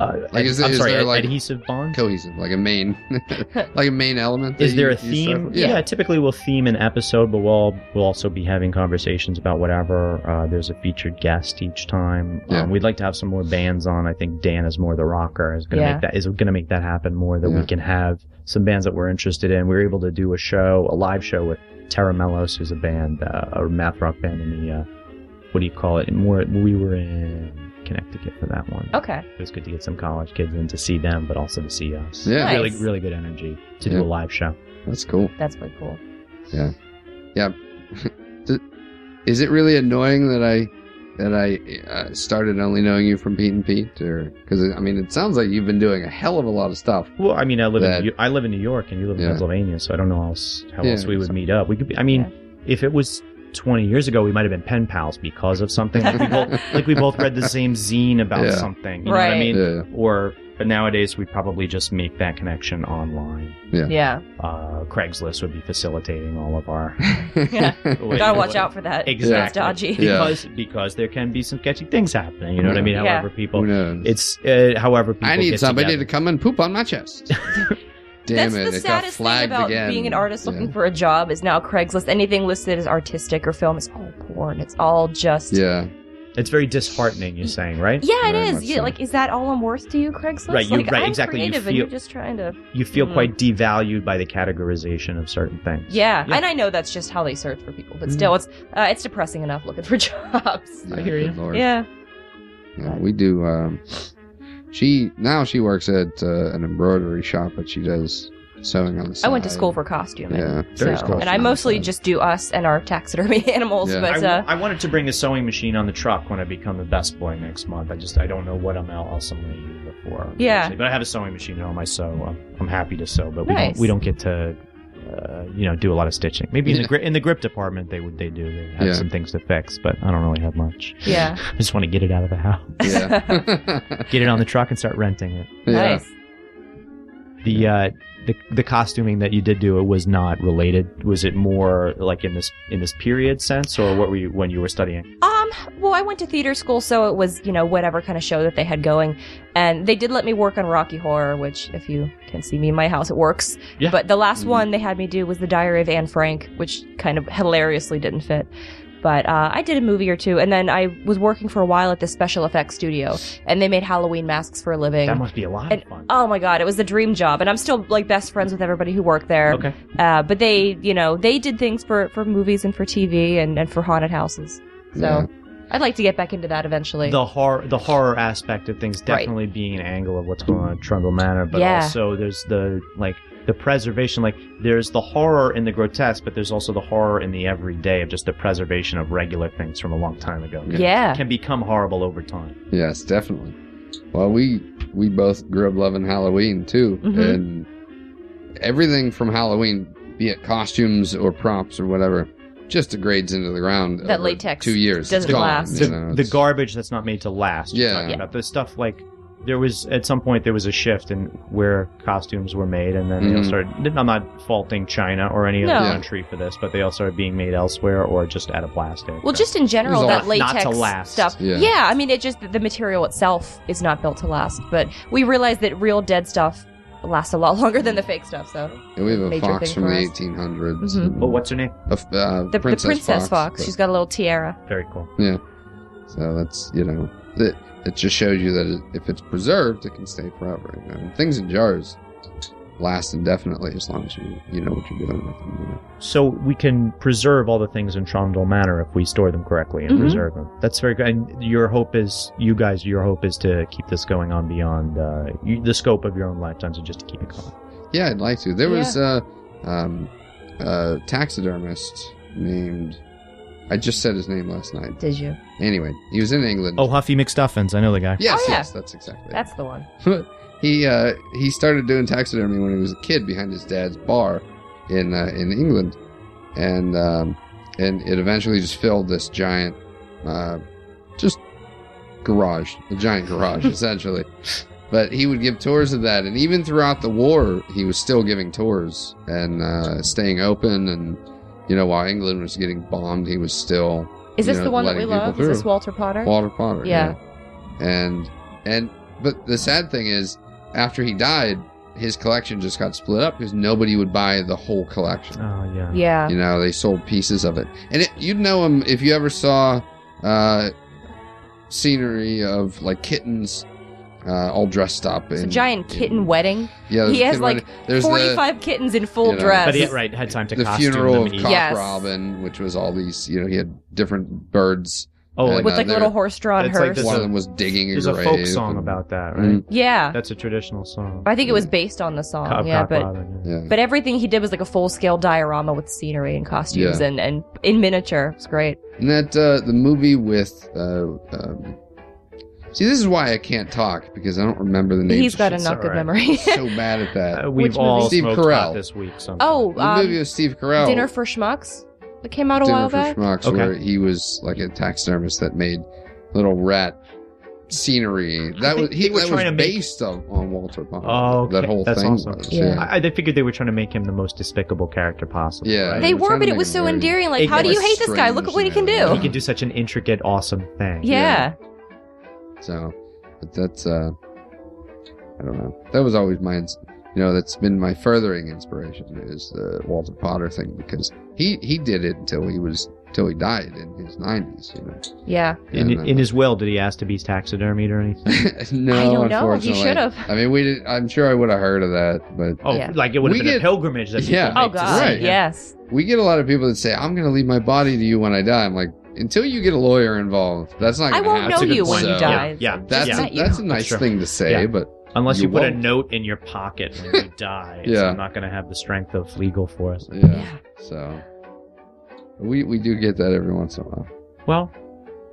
S5: Uh,
S2: Like, is-
S5: I'm
S2: is
S5: sorry,
S2: there, like-
S5: adhesive bond.
S2: cohesive, like a main, like a main element? that
S5: Is there
S2: you-
S5: a
S2: you start
S5: theme?
S2: with?
S5: Yeah.
S2: Yeah.
S5: typically we'll theme an episode, but we'll we'll also be having conversations about whatever. Uh, there's a featured guest each time.
S2: Yeah.
S5: Um, we'd like to have some more bands on. I think Dan is more the rocker. Is gonna
S6: Yeah.
S5: make that is gonna make that happen more. That
S2: Yeah.
S5: we can have some bands that we're interested in. We were able to do a show, a live show with Terra Mellos, who's a band, uh, a math rock band in the uh, what do you call it? And more, we were in Connecticut for that one.
S6: Okay.
S5: It was good to get some college kids in to see them, but also to see us.
S2: Yeah.
S6: Nice.
S5: Really, really good energy to
S2: Yeah.
S5: do a live show.
S2: That's cool.
S6: That's pretty cool.
S2: Is it really annoying that I that I uh, started only knowing you from Pete and Pete, or because I mean, it sounds like you've been doing a hell of a lot of stuff.
S5: Well, I mean, I live
S2: That-
S5: in, I live in New York, and you live in
S2: Yeah.
S5: Pennsylvania, so I don't know how else, how
S2: Yeah,
S5: else we would
S2: so-
S5: meet up. We could, be, I mean, if it was 20 years ago, we might have been pen pals because of something. Like we both, like we both read the same zine about
S2: Yeah.
S5: something. You know what I
S6: Right.
S5: mean?
S2: Yeah.
S5: Or but nowadays, we probably just make that connection online.
S2: Yeah.
S6: Yeah.
S5: Uh, Craigslist would be facilitating all of our.
S6: Yeah. Gotta watch out for that.
S5: Exactly.
S6: It's dodgy.
S2: Yeah.
S5: Because because there can be some sketchy things happening. You know what I mean?
S6: Yeah.
S5: However, people.
S2: Who knows?
S5: It's uh, however people.
S2: I need
S5: get
S2: somebody
S5: together.
S2: to come and poop on my chest. Damn
S6: That's
S2: it!
S6: the
S2: it got
S6: saddest thing
S2: flagged
S6: about
S2: again.
S6: being an artist
S2: Yeah.
S6: looking for a job is now Craigslist. Anything listed as artistic or film is all porn. It's all just
S2: Yeah.
S5: It's very disheartening. You're saying, right?
S6: Yeah, it
S2: Very
S6: is.
S2: much
S6: Yeah,
S2: so.
S6: like is that all I'm worth to you, Craigslist?
S5: Right, you-
S6: like,
S5: right,
S6: I'm
S5: exactly, you
S6: Creative, and
S5: feel-
S6: you're just trying to.
S5: you feel
S6: Mm.
S5: quite devalued by the categorization of certain things.
S6: Yeah.
S5: Yeah.
S6: and I know that's just how they search for people,
S2: Mm-hmm.
S6: but still, it's uh, it's depressing enough looking for jobs.
S2: yeah
S5: I hear
S2: good
S5: you.
S2: Lord.
S6: Yeah.
S2: Yeah, we do. Um, she now she works at uh, an embroidery shop, but she does sewing on the
S6: I
S2: side.
S6: went to school for costuming.
S2: Yeah,
S5: Very
S6: so-
S5: cool.
S6: And I mostly just do us and our taxidermy animals,
S2: Yeah.
S5: I,
S6: but
S5: w-
S6: uh,
S5: I wanted to bring a sewing machine on the truck when I become the best boy next month. I just I don't know what I'm else I'm going to use it for.
S6: Yeah.
S5: unfortunately. but I have a sewing machine at home. I sew. I'm, I'm happy to sew, but we
S6: Nice.
S5: don't we don't get to uh, you know do a lot of stitching. Maybe in
S2: Yeah.
S5: the gri- in the grip department they would they do they have
S2: Yeah.
S5: some things to fix, but I don't really have much.
S4: Yeah.
S5: I just want to get it out of the house,
S2: Yeah.
S5: get it on the truck, and start renting it.
S2: yeah.
S4: Nice.
S5: The uh, the the costuming that you did do it was not related. Was it more like in this in this period sense, or what were you when you were studying?
S4: Um, well, I went to theater school, so it was, you know, whatever kind of show that they had going. And they did let me work on Rocky Horror, which, if you can see me in my house, it works.
S5: Yeah. Mm-hmm.
S4: But the last
S2: Mhm.
S4: one they had me do was The Diary of Anne Frank, which kind of hilariously didn't fit. But uh, I did a movie or two, and then I was working for a while at this special effects studio, and they made Halloween masks for a living.
S5: That must be a lot
S4: And-
S5: of fun.
S4: Oh my god, it was the dream job, and I'm still like best friends with everybody who worked there.
S5: okay,
S4: Uh, but they, you know, they did things for, for movies and for TV and, and for haunted houses. So
S2: Yeah.
S4: I'd like to get back into that eventually.
S5: the horror the horror aspect of things
S4: Right.
S5: definitely being an angle of what's going on at Trundle Manor, but
S4: Yeah.
S5: also there's the like the preservation like there's the horror in the grotesque but there's also the horror in the everyday of just the preservation of regular things from a long time ago
S4: yeah.
S5: can become horrible over time
S2: Yes, definitely. Well, we we both grew up loving Halloween too,
S4: Mhm.
S2: and everything from Halloween, be it costumes or props or whatever, just degrades into the ground.
S4: That
S2: over
S4: latex
S2: two years
S4: doesn't
S2: It's gone,
S4: last.
S2: you
S5: the,
S2: know,
S5: the
S2: it's-
S5: garbage that's not made to last you're
S2: Yeah.
S5: talking about the stuff like there was at some point there was a shift in where costumes were made and then they all
S2: Mhm.
S5: started i'm not faulting china or any
S4: No.
S5: other
S2: Yeah.
S5: country for this but they all started being made elsewhere or just out of plastic
S4: Well, just in general,
S2: There's a
S4: that
S5: lot not
S4: latex
S5: to last.
S4: stuff.
S2: Yeah.
S4: I mean, it just the material itself is not built to last. But we realize that real dead stuff lasts a lot longer than the fake stuff. So
S2: And we have a
S4: Major
S2: fox from
S4: thing for
S2: the
S4: us.
S2: 1800s.
S4: Mhm.
S2: and
S5: oh what's her name
S2: a f- uh,
S4: the the princess, fox,
S2: but-
S4: she's got a little tiara.
S5: very cool
S2: So that's you know that it just shows you that it, if it's preserved, it can stay forever. You know? And things in jars last indefinitely as long as you you know what you're doing with them. You know?
S5: so we can preserve all the things in Trundle Manor if we store them correctly and
S4: Mhm.
S5: preserve them. That's very good. And your hope is, you guys, your hope is to keep this going on beyond uh, you, the scope of your own lifetimes and just to keep it going.
S2: Yeah, I'd like to. There was a, um, a taxidermist named. I just said his name last night.
S4: Did you?
S2: Anyway, he was in England.
S5: Oh, Huffy McStuffins. I know the guy.
S2: yes,
S4: Oh, yeah.
S2: yes, that's exactly.
S4: That's the one.
S2: he uh, he started doing taxidermy when he was a kid behind his dad's bar in uh, in England, and um, and it eventually just filled this giant, uh, just garage, a giant garage essentially. But he would give tours of that, and even throughout the war, he was still giving tours and uh, staying open. And you know, while England was getting bombed, he was still
S4: Is
S2: You
S4: this
S2: know,
S4: the one that we
S2: letting people
S4: love? Is this
S2: through.
S4: Walter Potter?
S2: Walter Potter.
S4: Yeah.
S2: And and but the sad thing is, after he died, his collection just got split up because nobody would buy the whole collection.
S5: Oh, yeah.
S4: yeah.
S2: You know, they sold pieces of it, and it, you'd know him if you ever saw uh, scenery of like kittens. Uh, all dressed up
S4: It's a
S2: in
S4: giant kitten
S2: in-
S4: wedding.
S2: Yeah, there's
S4: He
S2: a
S4: has,
S2: kid
S4: like,
S2: wedding. There's the-
S4: Forty-five kittens in full
S2: you know,
S4: dress.
S5: But he right, had time to
S2: the
S5: costume
S2: funeral
S5: them.
S2: of
S5: and eat.
S2: Cock
S4: Yes.
S2: Robin, which was all these. You know, he had different birds.
S5: Oh,
S2: Yeah,
S5: like,
S4: with like
S2: there-
S4: little horse-drawn
S5: It's like
S4: hearse.
S5: There's
S2: One
S5: a-
S2: of them was digging a
S5: there's a
S2: grave.
S5: folk song
S2: and-
S5: about that, right?
S2: Mhm.
S4: yeah,
S5: That's a traditional song.
S4: I think it was based on the song.
S5: Cobb,
S4: yeah,
S5: Cock
S4: but
S5: Robin, yeah.
S2: Yeah.
S4: But everything he did was like a full scale diorama with scenery and costumes
S2: Yeah.
S4: and, and in miniature. It's great.
S2: And that uh, the movie with uh, um, see, this is why I can't talk because I don't remember the name.
S4: He's got a
S5: it's
S4: not good
S5: alright.
S4: memory.
S2: so bad at that.
S5: Uh, we've
S4: Which
S5: all
S2: movie? Steve
S5: smoked
S2: Carell.
S5: pot this week. Sometime.
S4: oh,
S2: the
S4: um,
S2: movie with Steve Carell,
S4: Dinner for Schmucks that came out a
S2: Dinner
S4: while
S2: for
S4: back.
S2: Schmucks,
S5: Okay.
S2: where he was like a taxidermist that made little rat scenery. That was
S5: think
S2: he
S5: they were
S2: that was
S5: trying to make-
S2: based on, on Walter Potter.
S5: Oh, okay.
S2: that whole
S5: That's
S2: thing
S5: awesome.
S2: was.
S4: Yeah.
S2: Yeah.
S5: I, I they figured they were trying to make him the most despicable character possible.
S2: Yeah.
S5: right?
S4: They
S2: We're
S4: were,
S2: trying to
S4: but it
S2: make
S4: was
S2: it
S4: so
S2: very-
S4: endearing. Like,
S5: It
S4: how do you
S5: was
S4: hate this guy? Look at what he can do.
S2: strange,
S5: He could do such an intricate, awesome thing.
S4: Yeah.
S2: So, but that's uh, I don't know. That was always my, ins- you know, that's been my furthering inspiration is the Walter Potter thing because he he did it until he was till he died in his nineties. You know,
S4: Yeah.
S5: In,
S2: And, uh,
S5: in his will, did he ask to be taxidermied or anything?
S2: no,
S4: I don't know. He
S2: unfortunately.
S4: should have.
S2: I mean, we did. I'm sure I would have heard of that, but
S5: Oh,
S4: Yeah.
S5: like it would have
S2: We
S5: been a
S2: get-
S5: pilgrimage that people
S2: Yeah.
S5: make
S4: Oh,
S5: to
S4: God.
S5: see
S2: Right.
S5: him.
S4: Yes.
S2: we get a lot of people that say, "I'm going to leave my body to you when I die." I'm like, until you get a lawyer involved, that's not.
S4: I
S2: gonna
S4: won't
S2: happen.
S4: know
S5: That's a good
S4: you
S5: point.
S4: when you
S2: So,
S4: die.
S5: Yeah, yeah.
S2: That's
S4: Just
S2: a,
S4: met you.
S2: that's a nice
S5: That's true.
S2: thing to say,
S5: Yeah.
S2: but
S5: Unless you,
S2: You
S5: put a
S2: won't.
S5: note in your pocket when you die, it's
S2: Yeah.
S5: not going to have the strength of legal force.
S2: yeah.
S4: Yeah.
S2: So we we do get that every once in a while.
S5: Well,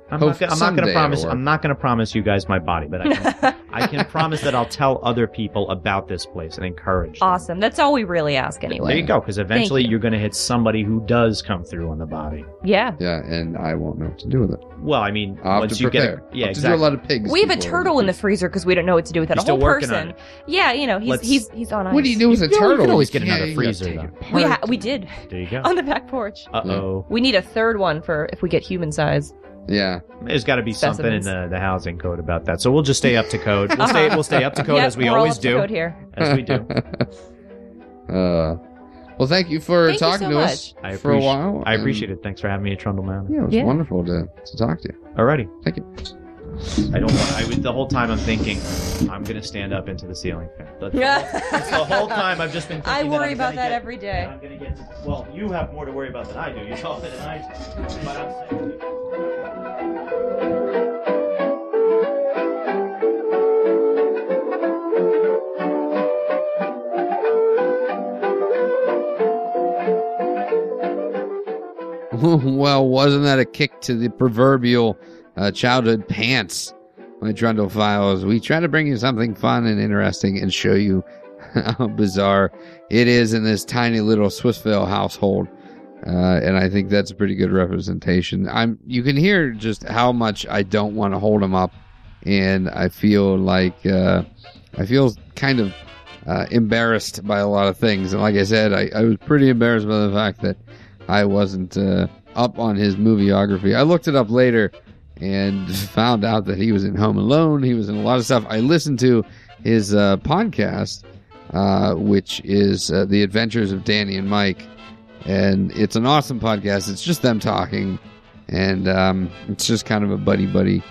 S5: I'm
S2: Hope
S5: not, gonna-
S2: Oh,
S5: I'm not going
S2: someday
S5: to promise.
S2: it'll work.
S5: I'm not going to promise you guys my body, but I can, I can promise that I'll tell other people about this place and encourage. Them.
S6: Awesome. That's all we really ask
S5: There
S6: anyway.
S5: you go, because eventually
S6: you.
S5: you're going to hit somebody who does come through on the body.
S6: Yeah.
S2: Yeah, and I won't know what to do with it.
S5: Well, I mean,
S2: I'll have
S5: once
S2: to
S5: you
S2: prepare. I'll
S5: get, a, yeah,
S2: have to do
S5: exactly.
S2: a lot of pigs.
S6: We have a
S2: before.
S6: turtle in the freezer because we don't know what to do with it.
S5: You're
S6: a whole
S5: still working
S6: person.
S5: on it.
S6: Yeah, you know, he's
S5: Let's-
S6: he's he's on ice.
S2: What do you do with a
S5: You can
S2: turtle?
S5: always- you can always
S2: You
S5: get another
S2: can't- you gotta
S5: freezer,
S2: take
S5: though.
S2: it
S6: We ha-
S2: apart.
S6: we did
S5: There you go.
S6: on the back porch.
S5: Uh oh,
S6: We need a third one for if we get human size.
S2: yeah.
S5: there's got to be something in
S6: Specimens. Uh-huh.
S5: the, the housing code about that. So we'll just stay up to code. We'll stay we'll stay up to code
S6: Yep,
S5: as we
S6: we're all
S5: always
S6: up to
S5: do.
S6: Code here.
S5: As we do.
S2: Uh, well, thank you for
S6: Thank you
S2: talking
S6: so
S2: to
S6: much.
S2: us
S5: I
S2: for a
S5: appreciate-
S2: while. Mm.
S5: I appreciate it. Thanks for having me at Trundle Mountain.
S2: Yeah, it was
S6: Yeah.
S2: wonderful to, to talk to you.
S5: Alrighty.
S2: Thank you.
S5: I don't. Want, I was- the whole time I'm thinking I'm gonna stand up into the ceiling fan. That's the whole- that's the whole time I've just been. Thinking
S6: I
S5: that
S6: worry
S5: I'm
S6: about
S5: gonna
S6: that
S5: get-
S6: every day.
S5: I'm gonna get. Well, you have more to worry about than I do. You're taller than I do. But I'm saying.
S2: well, wasn't that a kick to the proverbial uh, childhood pants, my Trundle Files? We try to bring you something fun and interesting and show you how bizarre it is in this tiny little Swissville household. Uh, and I think that's a pretty good representation. I'm you can hear just how much I don't want to hold him up, and I feel like uh, I feel kind of uh, embarrassed by a lot of things. And like I said, I, I was pretty embarrassed by the fact that I wasn't uh, up on his movieography. I looked it up later and found out that he was in Home Alone. He was in a lot of stuff. I listened to his uh, podcast, uh, which is uh, The Adventures of Danny and Mike. And it's an awesome podcast. It's just them talking. And um, it's just kind of a buddy buddy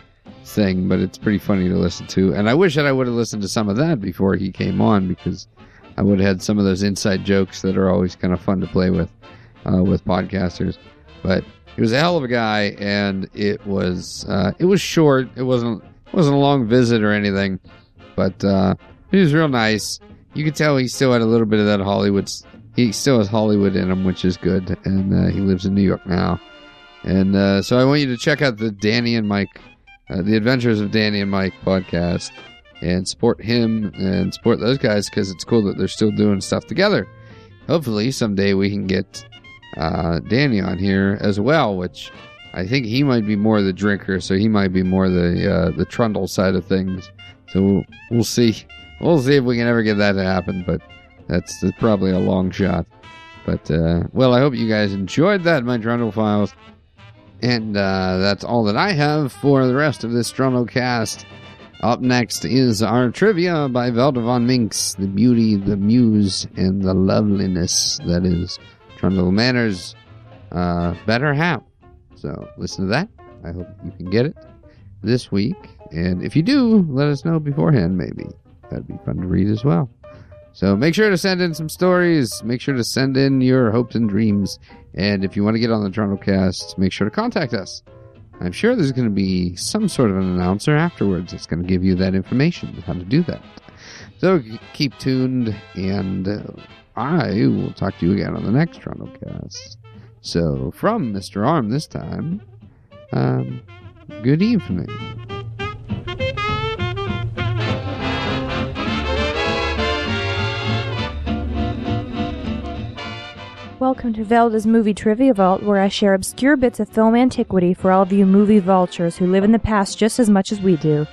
S2: thing, but it's pretty funny to listen to. And I wish that I would have listened to some of that before he came on because I would have had some of those inside jokes that are always kind of fun to play with uh, with podcasters. But he was a hell of a guy, and it was uh, it was short. It wasn't it wasn't a long visit or anything, but uh, he was real nice. You could tell he still had a little bit of that Hollywood. s- He still has Hollywood in him, which is good. And uh, he lives in New York now. And uh, so I want you to check out the Danny and Mike, uh, the Adventures of Danny and Mike podcast, and support him and support those guys because it's cool that they're still doing stuff together. Hopefully someday we can get uh, Danny on here as well, which I think he might be more the drinker, so he might be more the uh, the trundle side of things. So we'll, we'll see, we'll see if we can ever get that to happen, but that's, that's probably a long shot. But uh, well, I hope you guys enjoyed that, my trundle files, and uh, that's all that I have for the rest of this trundle cast. Up next is our trivia by Velda von Minx, the beauty, the muse, and the loveliness that is Trundle Manor's uh, Better Half. So listen to that. I hope you can get it this week. And if you do, let us know beforehand, maybe. That'd be fun to read as well. So make sure to send in some stories. Make sure to send in your hopes and dreams. And if you want to get on the Trundle cast, make sure to contact us. I'm sure there's going to be some sort of an announcer afterwards that's going to give you that information, how to do that. So k- keep tuned and uh, I will talk to you again on the next Toronto cast. So, from Mr. Arm this time, um, good evening.
S3: Welcome to Velda's Movie Trivia Vault, where I share obscure bits of film antiquity for all of you movie vultures who live in the past just as much as we do.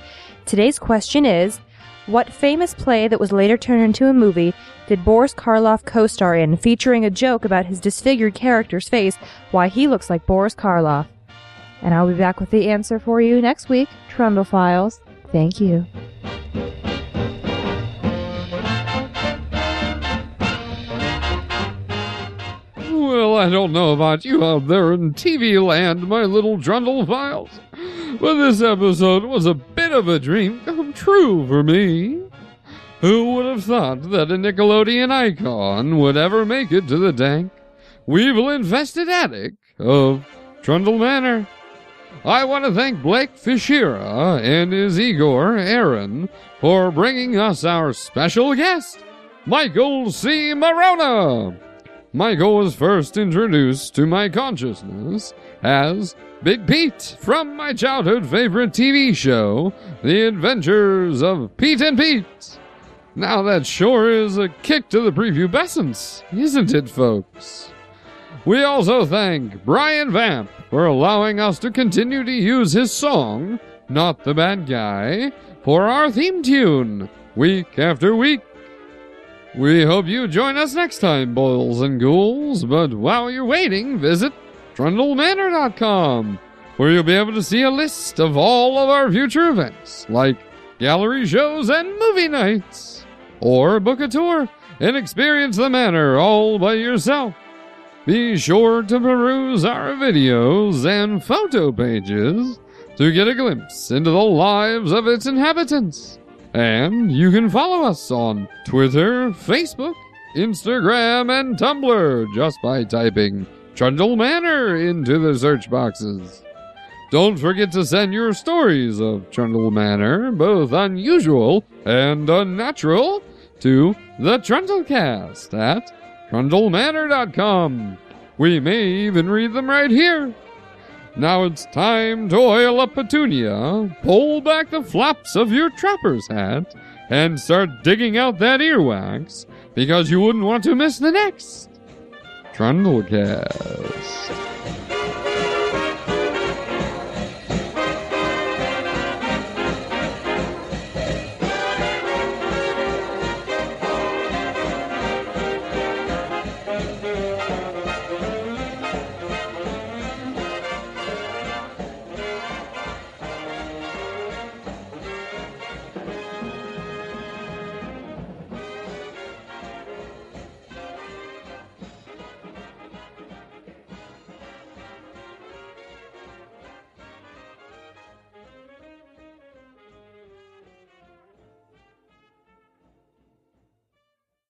S3: Today's question is What famous play that was later turned into a movie did Boris Karloff co star in, featuring a joke about his disfigured character's face, why he looks like Boris Karloff? And I'll be back with the answer for you next week, Trundle Files. Thank you.
S2: Well, I don't know about you out there in TV land, my little Drundle Files, but this episode was a bit of a dream come true for me. Who would have thought that a Nickelodeon icon would ever make it to the dank, weevil infested attic of Trundle Manor? I want to thank Blake Fishera and his Igor Aaron for bringing us our special guest, Michael C. Marona.
S7: Michael was first introduced to my consciousness as Big Pete from my childhood favorite TV show, The Adventures of Pete and Pete. Now that sure is a kick to the prepubescence, isn't it, folks? We also thank Brian Vamp for allowing us to continue to use his song, Not the Bad Guy, for our theme tune, week after week. We hope you join us next time, Boils and Ghouls, but while you're waiting, visit trundlemanor.com, where you'll be able to see a list of all of our future events, like gallery shows and movie nights, or book a tour and experience the manor all by yourself. Be sure to peruse our videos and photo pages to get a glimpse into the lives of its inhabitants. And you can follow us on Twitter, Facebook, Instagram, and Tumblr just by typing Trundle Manor into the search boxes. Don't forget to send your stories of Trundle Manor, both unusual and unnatural, to the Trundlecast at trundlemanor.com. We may even read them right here. Now it's time to oil up Petunia, pull back the flaps of your trapper's hat, and start digging out that earwax, because you wouldn't want to miss the next Trundlecast.